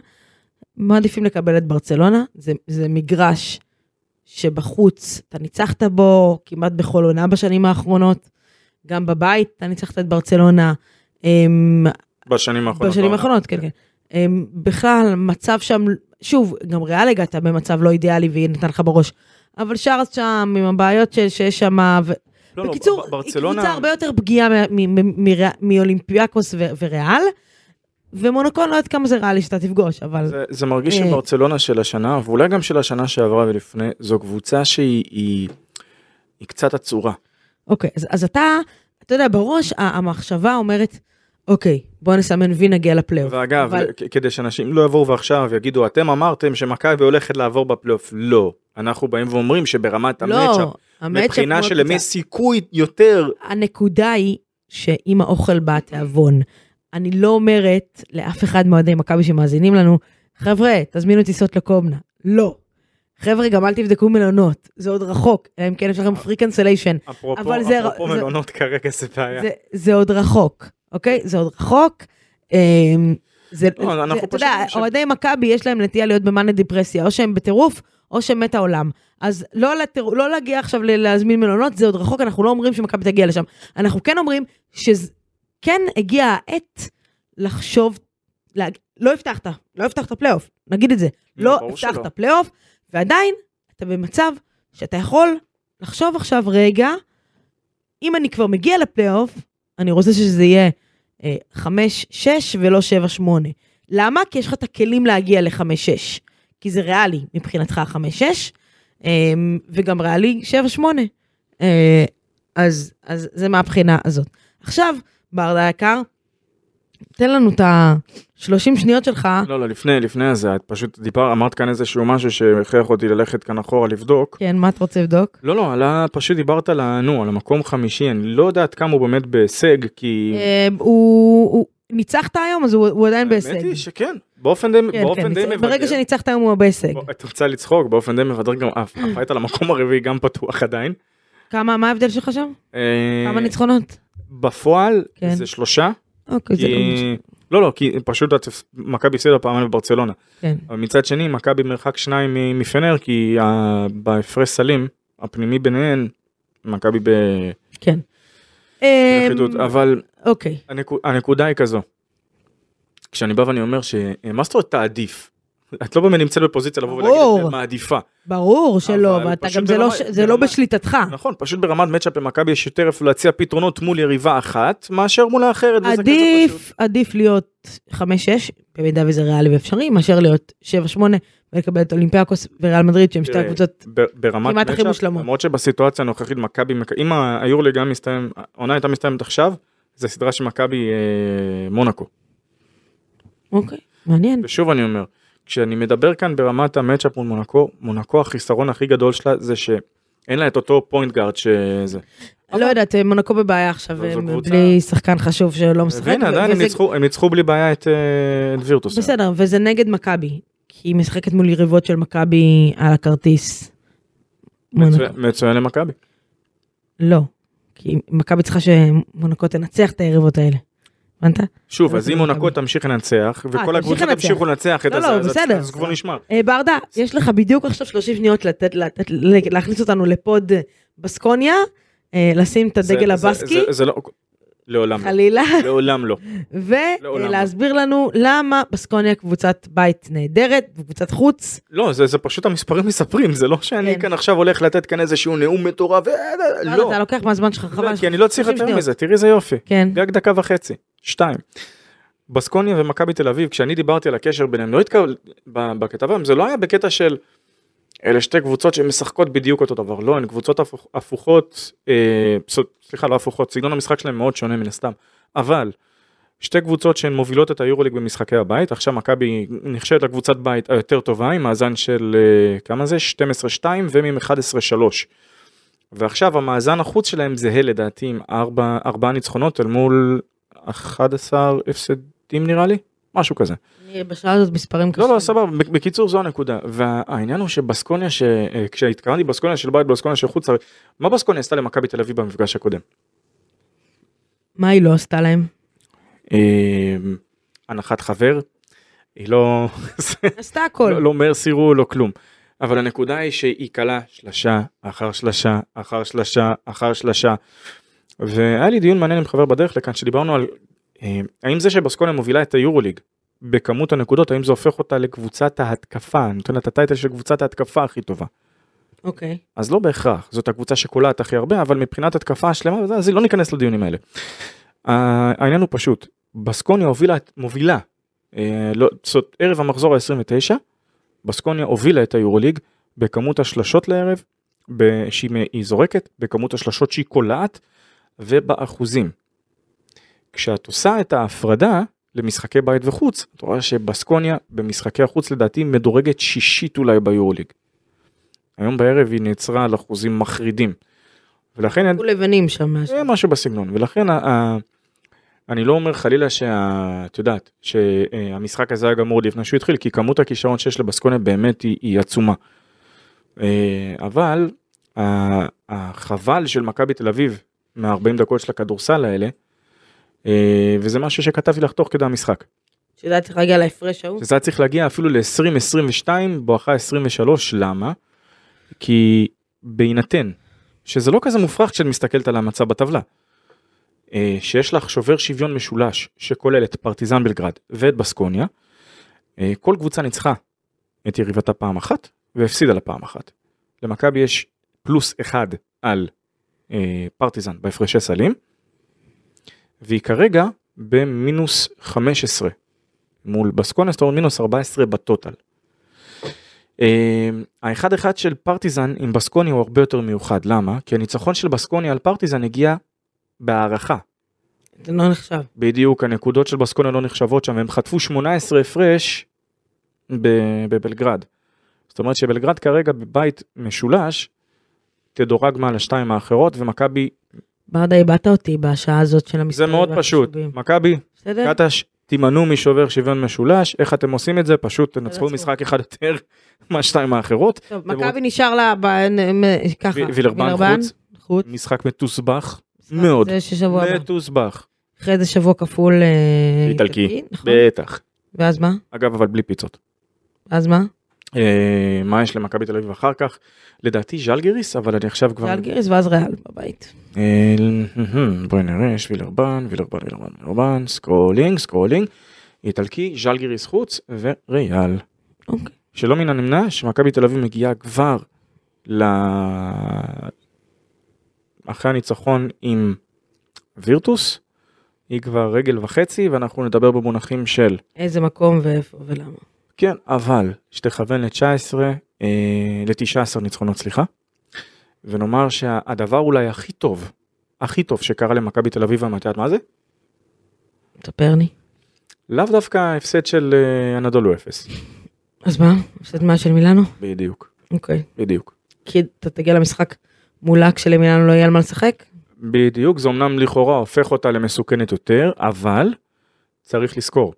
S2: מעדיפים לקבל את ברצלונה. זה, זה מגרש שבחוץ אתה ניצחת בו כמעט בכל עונה בשנים האחרונות. גם בבית אתה ניצחת את ברצלונה. אמ,
S3: בשנים האחרונות.
S2: בשנים
S3: לא.
S2: האחרונות, כן, כן. אמ, בכלל, מצב שם, שוב, גם ריאל הגעת במצב לא אידיאלי והיא נתן לך בראש. אבל שרס שם, עם הבעיות ש- שיש שם, ו-
S3: לא, לא,
S2: בקיצור,
S3: ב-
S2: היא
S3: ברצלונה-
S2: קבוצה הרבה יותר פגיעה מ- מ- מ- מ- מאולימפיאקוס ו- וריאל, ומונקו, אני לא יודעת כמה זה ריאלי שאתה תפגוש, אבל
S3: זה, זה מרגיש
S2: אה.
S3: שברצלונה של השנה, ואולי גם של השנה שעברה ולפני, זו קבוצה שהיא היא, היא קצת עצורה.
S2: אוקיי, אז, אז אתה, אתה יודע, בראש ה- המחשבה אומרת, אוקיי, בוא נסמן וי נגיע לפלייאוף.
S3: ואגב,
S2: אבל-
S3: אבל... כדי שאנשים לא יבואו ועכשיו יגידו, אתם אמרתם שמכבי הולכת לעבור בפלייאוף. לא. אנחנו באים ואומרים שברמת המצ'אפ,
S2: לא, המצ'אפ
S3: מבחינה
S2: מאוד
S3: של
S2: קצר.
S3: למי סיכוי יותר,
S2: הנקודה היא שאם האוכל בא תיאבון. אני לא אומרת לאף אחד מאוהדי מכבי שמאזינים לנו, חבר'ה, תזמינו טיסות לקומנה. לא. חבר'ה, גם אל תבדקו מלונות, זה עוד רחוק, אלא אם כן יש לכם פרי קנסליישן.
S3: אפרופו,
S2: אבל זה-
S3: אפרופו
S2: זה-
S3: מלונות כרגע זה בעיה.
S2: זה- זה עוד רחוק, אוקיי? זה עוד רחוק. אמ, זה,
S3: לא,
S2: זה-
S3: אנחנו
S2: אתה יודע,
S3: פשוט חושב-
S2: אוהדי מכבי יש להם נטייה להיות במאניה דיפרסיה, או שהם בטירוף, או שמת העולם. אז לא, לטיר... לא להגיע עכשיו ל- להזמין מלונות, זה עוד רחוק, אנחנו לא אומרים שמכבי תגיע לשם. אנחנו כן אומרים שכן כן הגיעה העת לחשוב, לה... לא הבטחת, לא הבטחת פלייאוף, נגיד את זה.
S3: לא,
S2: לא
S3: ברור שלא.
S2: הבטחת פלייאוף, ועדיין אתה במצב שאתה יכול לחשוב עכשיו, רגע, אם אני כבר מגיע לפלייאוף, אני רוצה שזה יהיה אה, 5-6 ולא 7-8. למה? כי יש לך את הכלים להגיע ל-5-6. כי זה ריאלי מבחינתך 5-6, אה, וגם ריאלי 7-8. אה, אז, אז זה מהבחינה הזאת. עכשיו, ברדה היקר, תן לנו את ה-30 שניות שלך.
S3: לא, לא, לפני, לפני זה, את פשוט דיבר, אמרת כאן איזשהו משהו שהכריח אותי ללכת כאן אחורה לבדוק.
S2: כן, מה אתה רוצה לבדוק?
S3: לא לא, על ה... פשוט דיברת על ה... נו, על המקום חמישי, אני לא יודעת כמה הוא באמת בהישג, כי...
S2: אה, הוא הוא- ניצחת היום, אז הוא הוא עדיין בהישג.
S3: האמת היא שכן, באופן די,
S2: כן,
S3: באופן
S2: כן,
S3: די
S2: ניצ-
S3: מבדר.
S2: ברגע שניצחת היום הוא בהישג.
S3: בוא, את רוצה לצחוק, באופן די מבדר גם
S2: *laughs*
S3: הפ- הפייט על המקום הרביעי גם פתוח עדיין.
S2: כמה, מה ההבדל שלך שם?
S3: אה,
S2: כמה ניצחונות?
S3: בפועל
S2: כן.
S3: זה שלושה,
S2: אוקיי, זה לא משנה.
S3: כי... לא לא, כי פשוט את- מכבי הפסידה פעמיים בברצלונה.
S2: כן.
S3: אבל מצד שני, מכבי במרחק שניים מ- מפנר, כי ה- בהפרש סלים, הפנימי ביניהן, מכבי ביחידות,
S2: כן. אמ,
S3: אבל...
S2: אוקיי,
S3: הנקו- הנקודה היא כזו. כשאני בא ואני אומר ש... אה, מה זאת אומרת תעדיף? את לא באמת נמצאת בפוזיציה לבוא
S2: ברור.
S3: ולהגיד "אה, מעדיפה.
S2: ברור שלא,
S3: אבל
S2: ואתה
S3: פשוט
S2: גם זה לא
S3: ברמה-
S2: ש- זה לא
S3: ברמה-
S2: בשליטתך.
S3: נכון, פשוט ברמת מצ'אפ למכבי יש יותר איפה להציע פתרונות מול יריבה אחת מאשר מול האחרת. וזה כזה פשוט.
S2: עדיף, עדיף להיות 5-6, במידה וזה ריאלי ואפשרי, מאשר להיות 7-8 ולקבל את אולימפיאקוס וריאל מדריד, שהם שתי
S3: תראה,
S2: הקבוצות.
S3: ב- ברמת
S2: כמעט הכי
S3: matchup,
S2: מושלמות.
S3: למרות שבסיטואציה הנוכחית מכבי, מק- אם ה- היורליג היה מסתיים, העונה הייתה מסתיימת עכשיו, זה סדרה של מכבי אה, מונאקו.
S2: אוקיי, מעניין.
S3: ושוב אני אומר, כשאני מדבר כאן ברמת המצ'אפ מול מונקו, מונקו החיסרון הכי גדול שלה זה שאין לה את אותו פוינט גארד שזה.
S2: לא יודעת, מונקו בבעיה עכשיו,
S3: אבל זו
S2: הם
S3: קבוצה-
S2: בלי שחקן חשוב שלא משחק.
S3: והנה
S2: ו-
S3: עדיין הם
S2: וזה-
S3: ניצחו, הם ניצחו בלי בעיה את אה, את וירטוס.
S2: בסדר, וזה נגד מכבי, כי היא משחקת מול יריבות של מכבי על הכרטיס. מונקו.
S3: מצוין- מצוין למכבי.
S2: לא, כי מכבי צריכה שמונקו תנצח את היריבות האלה. הבנת?
S3: שוב,
S2: לא
S3: אז
S2: מצוין
S3: אם מונקו
S2: למכבי.
S3: תמשיך לנצח, וכל
S2: תמשיך
S3: הקבוצות
S2: לנצח.
S3: ימשיכו לנצח את
S2: לא,
S3: הזה,
S2: לא,
S3: אז
S2: בסדר.
S3: אז כבר נשמע.
S2: אה, ברדה, יש לך בדיוק עכשיו 30 שניות לתת, לתת, להכניס אותנו לפוד אה, בסקוניה, אה, לשים את
S3: זה-
S2: הדגל
S3: זה-
S2: הבסקי,
S3: זה- זה לא... לעולם לא.
S2: חלילה,
S3: לעולם לא. לעולם לא.
S2: ולהסביר לנו למה בסקוניה קבוצת בית נהדרת, וקבוצת חוץ.
S3: לא, זה זה פשוט המספרים מספרים, זה לא שאני
S2: כן.
S3: כאן עכשיו הולך לתת כאן איזשהו נאום מטורף, אה, אה,
S2: ברדה,
S3: לא.
S2: אתה לוקח מהזמן שלך,
S3: לא,
S2: חבל.
S3: כי אני לא צריך
S2: 30
S3: יותר
S2: שניות.
S3: מזה, תראי איזה יופי.
S2: כן.
S3: גג דקה וחצי, שתיים. בסקוניה ומכבי תל אביב, כשאני דיברתי על הקשר ביניהם, לא התקבל, בכתבה, זה לא היה בקטע של אלה שתי קבוצות שמשחקות בדיוק אותו דבר, לא, הן קבוצות הפוך, הפוכות, אה, פס- סליחה, לא הפוכות, סגנון המשחק שלהם מאוד שונה מן הסתם, אבל שתי קבוצות שהן מובילות את היורוליג במשחקי הבית, עכשיו מכבי נחשבת לקבוצת בית היותר טובה עם מאזן של אה, כמה זה? 12-2 ומ 11-3. ועכשיו המאזן החוץ שלהם זהה לדעתי עם 4, 4 ניצחונות אל מול 11 הפסדים נראה לי, משהו כזה.
S2: אני בשעה הזאת מספרים קשים.
S3: לא לא סבבה בק- בקיצור זו הנקודה והעניין הוא שבסקוניה ש... אה, כשהתכוונתי בסקוניה של בית בסקוניה של חוץ הרי- מה בסקוניה עשתה למכבי תל אביב במפגש הקודם.
S2: מה היא לא עשתה להם?
S3: אה, הנחת חבר. היא לא
S2: *laughs*
S3: *laughs*
S2: עשתה הכל.
S3: לא, לא מרסי רול, לא כלום. אבל הנקודה היא שהיא קלה שלשה אחר שלשה אחר שלשה אחר שלשה. והיה לי דיון מעניין עם חבר בדרך לכאן שדיברנו על אה, האם זה שבסקונה מובילה את היורוליג בכמות הנקודות האם זה הופך אותה לקבוצת ההתקפה נותן לה את הטייטל של קבוצת ההתקפה הכי טובה.
S2: אוקיי.
S3: אז לא בהכרח, זאת הקבוצה שקולעת הכי הרבה, אבל מבחינת התקפה שלמה, וזה, אז לא ניכנס לדיונים האלה. ה- העניין הוא פשוט, בסקוניה הובילה, מובילה, אה, לא, זאת ערב המחזור ה-29, בסקוניה הובילה את היורוליג בכמות השלשות לערב, ב- שהיא מ- היא זורקת, בכמות השלשות שהיא קולעת, ובאחוזים. כשאת עושה את ההפרדה למשחקי בית וחוץ, את רואה שבסקוניה במשחקי החוץ לדעתי מדורגת שישית אולי ביורוליג. היום בערב היא נעצרה על אחוזים מחרידים. ולכן
S2: היו לבנים שם משהו.
S3: זה משהו בסגנון ולכן ה- ה- אני לא אומר חלילה שה- את יודעת שהמשחק הזה היה גמור לפני שהוא התחיל כי כמות הכישרון שיש לבסקונה באמת היא, היא עצומה. אה, אבל ה- החבל של מכבי תל אביב מה-40 דקות של הכדורסל האלה אה, וזה משהו שכתבתי לך תוך כדי המשחק.
S2: שידעת צריך להגיע להפרש ההוא.
S3: שזה היה צריך להגיע אפילו ל-2022 בואכה 23 למה? כי בהינתן שזה לא כזה מופרך כשאת מסתכלת על המצע בטבלה. אה, שיש לך שובר שוויון משולש שכולל את פרטיזן בלגרד ואת בסקוניה. אה, כל קבוצה ניצחה את יריבתה פעם אחת והפסידה לה פעם אחת. למכבי יש פלוס אחד על אה, פרטיזן בהפרשי סלים. והיא כרגע במינוס 15 מול בסקוניה סטורן מינוס 14 בטוטל. אה, האחד אחד של פרטיזן עם בסקוניה הוא הרבה יותר מיוחד למה כי הניצחון של בסקוניה על פרטיזן הגיע בהערכה
S2: זה לא נחשב.
S3: בדיוק הנקודות של בסקוניה לא נחשבות שם הם חטפו 18 הפרש ב- בבלגרד. זאת אומרת שבלגרד כרגע בבית משולש תדורג מעל השתיים האחרות ומכבי
S2: ברדה, איבדת אותי בשעה הזאת של
S3: זה
S2: המספרים.
S3: מאוד פשוט
S2: והחישובים.
S3: מכבי
S2: בסדר?
S3: קטש, תימנעו משובר שוויון משולש, איך אתם עושים את זה? פשוט תנצחו
S2: תנצחו.
S3: משחק אחד יותר *laughs* מהשתיים האחרות.
S2: טוב,
S3: אתם
S2: מכבי נשאר לה ב... נ- מ- ככה.
S3: ו- וילרבן חוץ,
S2: חוץ.
S3: משחק מתוסבך,
S2: משחק
S3: מאוד.
S2: זה ששבוע הבא.
S3: מתוסבך,
S2: אחרי זה שבוע כפול אה,
S3: איטלקי.
S2: נכון.
S3: בטח.
S2: ואז מה?
S3: אגב, אבל בלי פיצות.
S2: ואז מה?
S3: אה, מה יש למכבי תל אביב אחר כך? לדעתי ז'לגיריס, אבל אני עכשיו כבר...
S2: ז'לגיריס ואז ריאל בבית.
S3: אה, אהם, בואי נראה, יש וילרבן, וילרבן, וילרבן, וילרבן, סקרולינג, סקרולינג, איטלקי, ז'לגיריס חוץ וריאל.
S2: אוקיי.
S3: שלא מן הנמנע שמכבי תל אביב מגיעה כבר ל... אחרי הניצחון עם וירטוס, היא כבר רגל וחצי ואנחנו נדבר במונחים של
S2: איזה מקום ואיפה ולמה.
S3: כן אבל שתכוון ל-19 אה, ל-19 ניצחונות סליחה ונאמר שהדבר אולי הכי טוב הכי טוב שקרה למכבי תל אביב היום, את יודעת מה זה?
S2: תספר לי.
S3: לאו דווקא ההפסד של אה, הנדולו אפס
S2: אז מה? הפסד מה של מילאנו?
S3: בדיוק
S2: אוקיי.
S3: בדיוק
S2: כי אתה תגיע למשחק מולה כשלמילאנו לא יהיה על מה לשחק?
S3: בדיוק, זה אמנם לכאורה הופך אותה למסוכנת יותר, אבל צריך לזכור,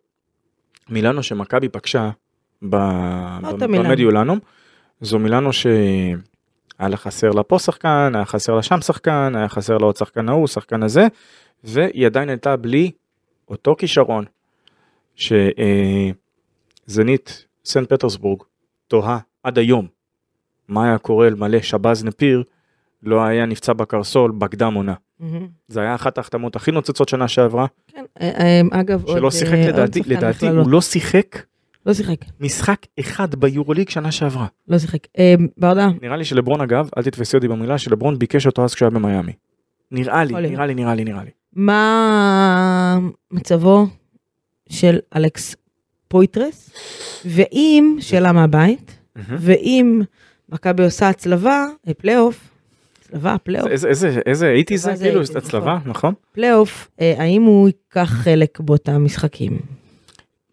S3: מילאנו שמכבי פגשה ב...
S2: אמרת
S3: ב-
S2: מילאנו.
S3: במדיולנום, זו מילאנו שהיה לה חסר לה פה שחקן, היה חסר לה שם שחקן, היה חסר לה עוד שחקן ההוא, שחקן הזה, והיא עדיין הייתה בלי אותו כישרון, שזנית סנט פטרסבורג תוהה עד היום מה היה קורה אלמלא שבאז נפיר לא היה נפצע בקרסול בקדם עונה. זה היה אחת ההחתמות הכי נוצצות שנה שעברה,
S2: כן. אה, אה, אגב, עוד...
S3: שלא שיחק
S2: אה, עוד
S3: לדעתי,
S2: שחקן
S3: לדעתי
S2: בכלל לא-
S3: הוא לא שיחק
S2: לא שיחק,
S3: משחק אחד ביורוליג שנה שעברה.
S2: לא שיחק. אה, ברדה,
S3: נראה לי שלברון אגב, אל תתפסי אותי במילה, שלברון ביקש אותו אז כשהיה במיאמי. נראה לי,
S2: יכול להיות.
S3: נראה לי, נראה לי, נראה לי.
S2: מה מצבו של אלכס פויטרס, ואם, שאלה מהבית, ואם מכבי עושה הצלבה, אה, פלייאוף, הצלבה, פלייאוף,
S3: איזה- איזה- איזה איטי זה,
S2: זה
S3: כאילו,
S2: איטי,
S3: הצלבה, נכון?
S2: פלייאוף, אה, האם הוא ייקח חלק באותם משחקים?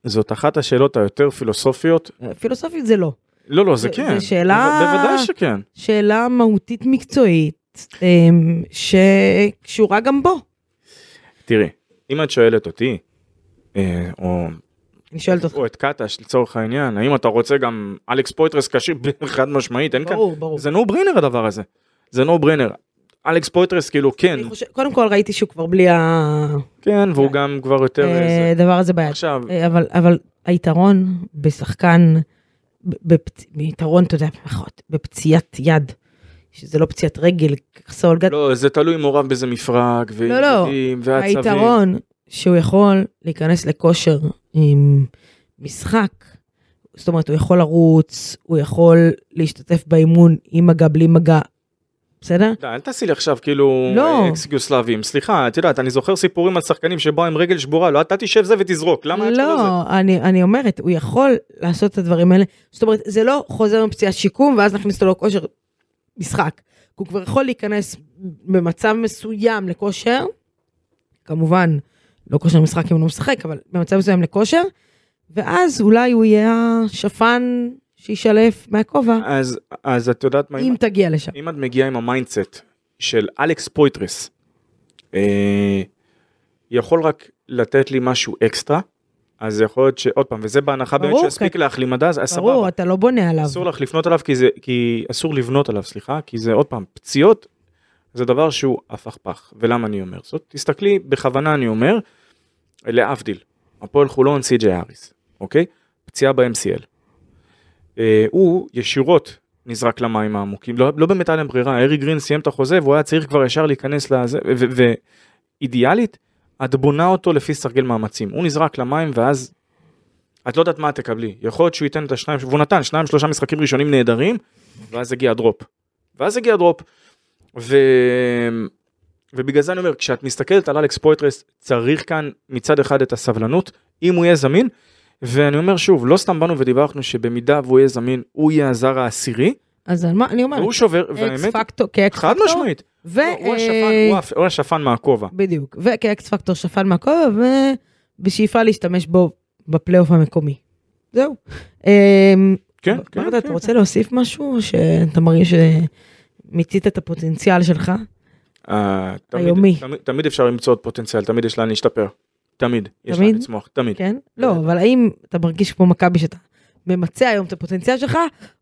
S3: זאת אחת השאלות היותר פילוסופיות.
S2: אה, פילוסופית זה לא.
S3: לא, לא, זה
S2: זה-
S3: כן.
S2: זה שאלה-
S3: בו- בוודאי שכן.
S2: שאלה מהותית מקצועית, אמ, שקשורה גם בו.
S3: תראי, אם את שואלת אותי, אה, או
S2: אני שואלת אותך,
S3: או את קטש לצורך העניין, האם אתה רוצה גם אלכס פויטרס קשיר? *laughs* חד משמעית, אין כאן.
S2: ברור, ברור.
S3: זה נו ברינר הדבר הזה. זה נו ברינר. אלכס פויטרס כאילו כן,
S2: אני חושב- קודם כל ראיתי שהוא כבר בלי אה,
S3: כן, והוא גם כבר יותר... איזה-
S2: הדבר הזה ביד.
S3: עכשיו,
S2: אה, אבל, אבל היתרון בשחקן, ב- בפצ- יתרון, אתה יודע, פחות, בפציעת יד, שזה לא פציעת רגל, כסה אולגת,
S3: לא, זה תלוי אם מעורב באיזה מפרק,
S2: לא, לא.
S3: ועיבודים, ועצבים.
S2: היתרון שהוא יכול להיכנס לכושר עם משחק, זאת אומרת, הוא יכול לרוץ, הוא יכול להשתתף באימון עם מגע, בלי מגע, בסדר?
S3: די, אל תעשי לי עכשיו כאילו
S2: לא.
S3: אה, אקס-יוגוסלבים, סליחה, את יודעת, אני זוכר סיפורים על שחקנים שבאו עם רגל שבורה, לא, אתה תשב זה ותזרוק, למה את
S2: לא,
S3: שלא זה?
S2: אני, אני אומרת, הוא יכול לעשות את הדברים האלה. זאת אומרת, זה לא חוזר מפציעת שיקום, ואז נכניס אותו לכושר משחק. הוא כבר יכול להיכנס במצב מסוים לכושר, כמובן, לא כושר משחק אם הוא לא משחק, אבל במצב מסוים לכושר, ואז אולי הוא יהיה השפן שישלף מהכובע,
S3: אז- אז את יודעת מה, אם
S2: אם תגיע לשם.
S3: אם את מגיעה עם המיינדסט של אלכס פויטרס, אה, יכול רק לתת לי משהו אקסטרה, אז יכול להיות שעוד פעם, וזה בהנחה באמת
S2: ברור,
S3: שיספיק
S2: כי-
S3: להחלים עד אז, אז
S2: ברור,
S3: סבבה.
S2: אתה לא בונה עליו.
S3: אסור לך לפנות עליו, כי זה, כי אסור לבנות עליו, סליחה, כי זה עוד פעם, פציעות זה דבר שהוא הפכפך, ולמה אני אומר זאת? תסתכלי, בכוונה אני אומר, להבדיל, הפועל חולון סי.ג'יי האריס, אוקיי? פציעה ב-MCL. אה, הוא ישירות נזרק למים העמוקים, לא, לא באמת היה להם ברירה, ארי גרין סיים את החוזה והוא היה צריך כבר ישר להיכנס לזה, ואידיאלית, את בונה אותו לפי סרגל מאמצים, הוא נזרק למים ואז את לא יודעת מה את תקבלי, יכול להיות שהוא ייתן את השניים, והוא נתן שניים שלושה משחקים ראשונים נהדרים, ואז הגיע הדרופ, ואז הגיע הדרופ, ו... ובגלל זה אני אומר, כשאת מסתכלת על אלכס פויטרס, צריך כאן מצד אחד את הסבלנות, אם הוא יהיה זמין, ואני אומר שוב, לא סתם באנו ודיווחנו שבמידה והוא יהיה זמין, הוא יהיה הזר העשירי,
S2: אז על מה, אני אומרת,
S3: והוא שובר,
S2: אקס
S3: והאמת,
S2: פקטור, כאקס
S3: חד
S2: פקטור,
S3: משמעית,
S2: ו...
S3: לא, הוא השפן-
S2: אה,
S3: הוא ה- הוא השפן מהכובע.
S2: בדיוק, וכאקס פקטור שפן מהכובע, ובשאיפה להשתמש בו בפלייאוף המקומי. זהו. אמ,
S3: כן,
S2: ברדה,
S3: כן,
S2: אתה
S3: כן.
S2: רוצה להוסיף משהו שאתה מרגיש שמיצית את הפוטנציאל שלך?
S3: אה, תמיד-
S2: היומי.
S3: תמיד- תמיד אפשר למצוא עוד פוטנציאל, תמיד יש לאן להשתפר. תמיד. יש לאן
S2: תמיד?
S3: לצמוח, תמיד.
S2: כן? לא, אבל האם אתה מרגיש כמו מכבי שאתה ממצה היום את הפוטנציאל שלך,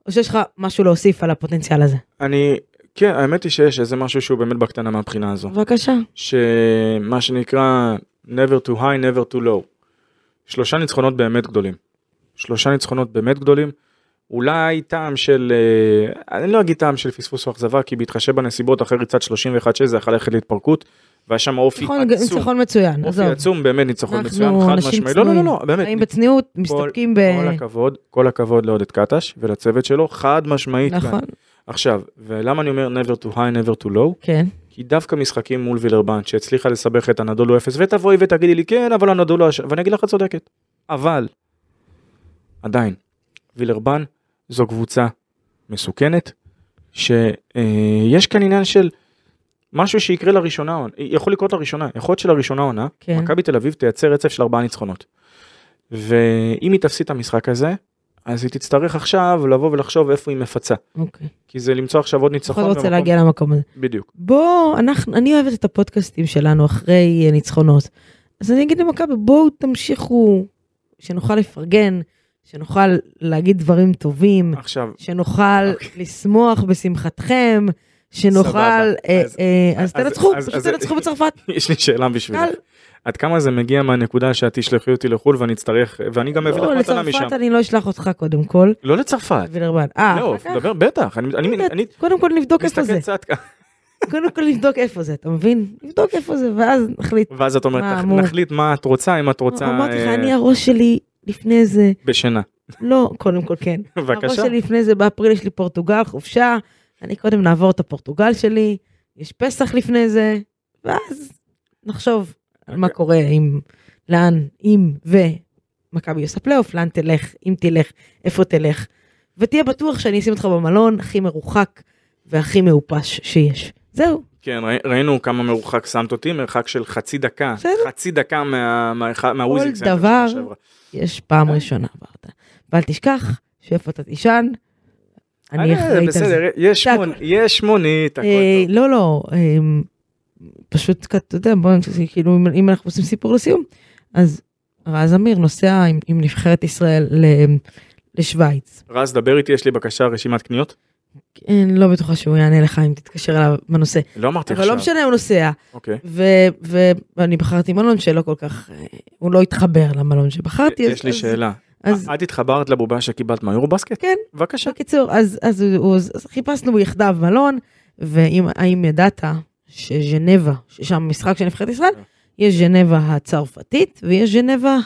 S2: או שיש לך משהו להוסיף על הפוטנציאל הזה?
S3: אני, כן, האמת היא שיש איזה משהו שהוא באמת בקטנה מהבחינה הזו.
S2: בבקשה.
S3: שמה שנקרא never too high, never too low. שלושה ניצחונות באמת גדולים. שלושה ניצחונות באמת גדולים. אולי טעם של, אה, אני לא אגיד טעם של פספוס או אכזבה, כי בהתחשב בנסיבות אחרי ריצת 31-6 זה יכול ללכת להתפרקות, והיה שם אופי
S2: ניצחון-
S3: עצום.
S2: ניצחון מצוין,
S3: אופי
S2: עזוב.
S3: עצום, באמת ניצחון
S2: אנחנו
S3: מצוין, חד
S2: אנשים
S3: משמעי. לא, לא, לא,
S2: צנועים.
S3: לא, באמת.
S2: חיים בצניעות,
S3: כל-
S2: מסתפקים ב...
S3: כל הכבוד, כל הכבוד לעודד קטש ולצוות שלו, חד משמעית. כאן.
S2: נכון,
S3: עכשיו, ולמה אני אומר never too high, never too low?
S2: כן.
S3: כי דווקא משחקים מול וילרבן שהצליחה לסבך את הנדולו 0 ותבואי ותגידי לי כן אבל הנדולו אשם ואני אגיד לך את צודקת אבל עדיין וילרבן זו קבוצה מסוכנת שיש כאן עניין של משהו שיקרה לראשונה עונה- יכול לקרות לראשונה יכול להיות שלראשונה עונה
S2: כן.
S3: מכבי תל אביב תייצר רצף של ארבעה ניצחונות ואם היא תפסיד את המשחק הזה אז היא תצטרך עכשיו לבוא ולחשוב איפה היא מפצה
S2: אוקיי.
S3: כי זה למצוא עכשיו עוד
S2: בכל
S3: ניצחון
S2: זאת רוצה
S3: במקום-
S2: להגיע למקום הזה.
S3: בדיוק
S2: בוא, אנחנו, אני אוהבת את הפודקאסטים שלנו אחרי אה, ניצחונות. אז אני אגיד למכבי, בואו תמשיכו, שנוכל לפרגן, שנוכל להגיד דברים טובים,
S3: עכשיו
S2: שנוכל
S3: אוקיי.
S2: לשמוח בשמחתכם, שנוכל... אה,
S3: אז-
S2: אה, אז
S3: אז-
S2: תנצחו,
S3: אז-
S2: פשוט
S3: אז-
S2: תנצחו בצרפת.
S3: *laughs* יש לי שאלה בשבילך.
S2: קל.
S3: עד כמה זה מגיע מהנקודה שאת תשלחי אותי לחו"ל ואני אצטרך, ואני גם אביא לך
S2: לא,
S3: מתנה משם.
S2: לצרפת אני לא אשלח אותך קודם כל,
S3: לא לצרפת.
S2: וילרבן. אה,
S3: לא,
S2: אחר כך?
S3: דבר בטח. אני- אני-
S2: באמת,
S3: אני
S2: קודם כל נבדוק איפה
S3: מסתכל
S2: זה.
S3: קצת,
S2: קודם כל נבדוק איפה זה, אתה מבין? נבדוק איפה זה, ואז נחליט.
S3: *laughs* ואז את אומרת,
S2: מה,
S3: "תח-
S2: אמור?"
S3: נחליט מה את רוצה, אם את רוצה
S2: אה, אמרתי לך,
S3: אה,
S2: אני הראש שלי לפני איזה *laughs*
S3: בשינה.
S2: לא, קודם כל כן.
S3: בבקשה.
S2: הראש שלי לפני זה באפריל יש לי פורטוגל, חופשה, אני קודם נעבור את הפורטוגל שלי, יש פסח לפני זה,
S3: אוקיי.
S2: ואז נחשוב על מה קורה, אם, לאן, אם ו, מכבי עושה פלייאוף, לאן תלך, אם תלך, איפה תלך. ותהיה בטוח שאני אשים אותך במלון הכי מרוחק והכי מאופש שיש. זהו,
S3: כן, ראי- ראינו כמה מרוחק שמת אותי, מרחק של חצי דקה,
S2: בסדר.
S3: חצי דקה מה- מה- מהוויזינג סנטר
S2: דבר.
S3: שנה שעברה.
S2: יש פעם
S3: אה.
S2: ראשונה עברת. ואל תשכח שאיפה אתה תישן, אני
S3: אה,
S2: אחראית על זה.
S3: בסדר, יש
S2: זה
S3: מונ- יש מונית, הכל
S2: אה,
S3: טוב.
S2: לא, לא, אמ, פשוט, כ- אתה יודע, בוא, נ- כאילו, אם- אם אנחנו עושים סיפור לסיום, אז רז אמיר נוסע עם- עם נבחרת ישראל ל- לשוויץ.
S3: רז, דבר איתי, יש לי בקשה, רשימת קניות?
S2: אני לא בטוחה שהוא יענה לך אם תתקשר אליו בנושא,
S3: לא אמרתי
S2: אבל לא
S3: עכשיו.
S2: משנה, הוא נוסע.
S3: אוקיי.
S2: ו- ו- ואני בחרתי מלון שלא כל כך, אה, הוא לא התחבר למלון שבחרתי. אז-
S3: אה, יש לי
S2: אז-
S3: שאלה. אה,
S2: אז
S3: את התחברת לבובה שקיבלת מהיורובסקט?
S2: כן.
S3: בבקשה.
S2: בקיצור, אז, אז, הוא- אז, אז חיפשנו יחדיו מלון, והאם ידעת שז'נבה, ששם משחק של נבחרת ישראל,
S3: כן.
S2: יש ז'נבה הצרפתית ויש ז'נבה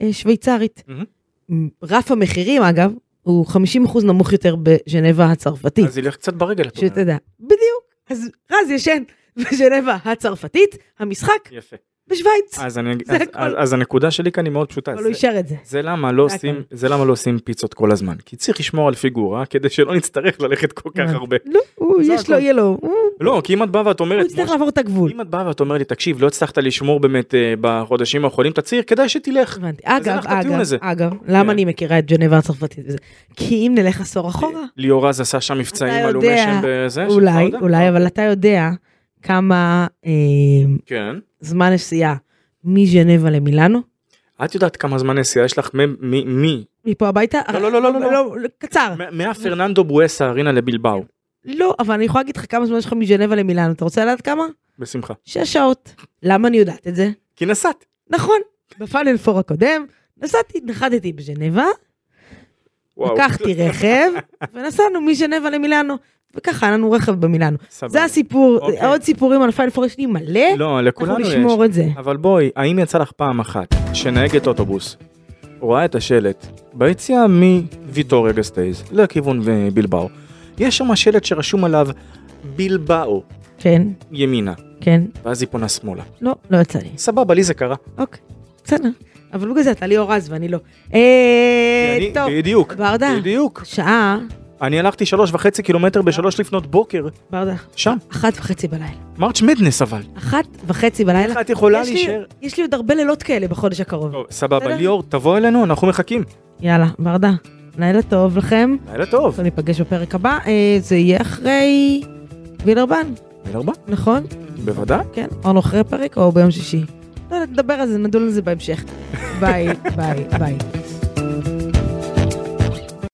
S2: השוויצרית.
S3: מהמם.
S2: רף המחירים, אגב, הוא 50% נמוך יותר בז'נבה הצרפתית,
S3: אז ילך קצת ברגל. את אומרת.
S2: שתדע. בדיוק, אז רז ישן בז'נבה הצרפתית, המשחק
S3: יפה.
S2: בשוויץ.
S3: אז אני-
S2: זה
S3: אז-
S2: הכל.
S3: אז- אז הנקודה שלי כאן היא מאוד פשוטה.
S2: אבל
S3: אה, זה-
S2: הוא אישר את זה.
S3: זה למה לא
S2: זה
S3: עושים זה למה לא עושים פיצות כל הזמן כי צריך לשמור על פיגורה כדי שלא נצטרך ללכת כל כך
S2: הבנתי.
S3: הרבה.
S2: לא, הוא,
S3: זה
S2: יש
S3: הכל.
S2: לו, יהיה לו, הוא
S3: לא כי אם את באה ואת
S2: הוא
S3: אומרת
S2: יצטרך
S3: "משה,
S2: לעבור את הגבול.
S3: אם את באה ואת אומרת לי תקשיב לא הצלחת לשמור באמת אה, בחודשים האחרונים את הצעיר כדאי שתלך.
S2: הבנתי.
S3: אז
S2: אגב,
S3: הלכת לטיעון
S2: אגב,
S3: הזה.
S2: אגב, למה
S3: כן. אה,
S2: אני מכירה את ג'נבה הצרפתית וזה? כי אם נלך עשור אחורה,
S3: ליאור אז עשה שם מבצעים
S2: אתה
S3: עלומי
S2: יודע,
S3: שם בזה. שאתה
S2: אולי,
S3: יודע.
S2: אולי, אבל אתה יודע כמה אה,
S3: כן.
S2: זמן נסיעה מז'נבה למילאנו,
S3: את יודעת כמה זמן נסיעה יש לך מ- מ- מי
S2: מפה הביתה?
S3: לא, לא, לא, לא, לא.
S2: קצר.
S3: מ- מהפרננדו בואסה ארינה לבלבאו.
S2: לא, אבל אני יכולה להגיד לך כמה זמן יש לך מז'נבה למילאנו, אתה רוצה לדעת כמה?
S3: בשמחה.
S2: שש שעות. למה אני יודעת את זה?
S3: כי נסעת.
S2: נכון, בפאנל פור הקודם, נסעתי, נחתתי בז'נבה,
S3: וואו.
S2: לקחתי רכב, ונסענו מז'נבה למילאנו, וככה, היה לנו רכב במילאנו.
S3: סבבה.
S2: זה הסיפור,
S3: אוקיי.
S2: עוד סיפורים על פיינפור יש לי מלא,
S3: לא
S2: אנחנו
S3: לכולנו יש.
S2: נשמור את זה.
S3: אבל בואי, האם יצא לך פעם אחת שנהגת אוטובוס רואה את השלט ביציאה מוויטוריה גסטייז לכיוון אה, בלבאו, יש שם שלט שרשום עליו בלבאו
S2: כן,
S3: ימינה,
S2: כן,
S3: ואז היא פונה שמאלה.
S2: לא, לא יצא לי.
S3: סבבה, לי זה קרה.
S2: אוקיי, בסדר. אבל בגלל זה אתה ליאור רז ואני לא. אה,
S3: כי אני-
S2: טוב,
S3: בדיוק,
S2: ברדה,
S3: בדיוק.
S2: שעה,
S3: אני הלכתי שלוש וחצי קילומטר בשלוש לפנות בוקר,
S2: ברדה,
S3: שם,
S2: אחת וחצי בלילה.
S3: מרץ' מדנס אבל.
S2: אחת וחצי בלילה.
S3: איך את יכולה
S2: יש לי-
S3: להישאר?
S2: יש לי עוד הרבה לילות כאלה בחודש הקרוב.
S3: טוב, סבבה,
S2: בסדר?
S3: ליאור, תבוא אלינו, אנחנו מחכים.
S2: יאללה, ברדה, לילה טוב לכם.
S3: לילה טוב.
S2: אנחנו ניפגש בפרק הבא, אה, זה יהיה אחרי וילרבן,
S3: לילה ארבע,
S2: נכון?
S3: בוודאי.
S2: כן, או אחרי הפרק או ביום שישי. לא יודעת, נדבר על זה, נדון על זה בהמשך. ביי, ביי, ביי.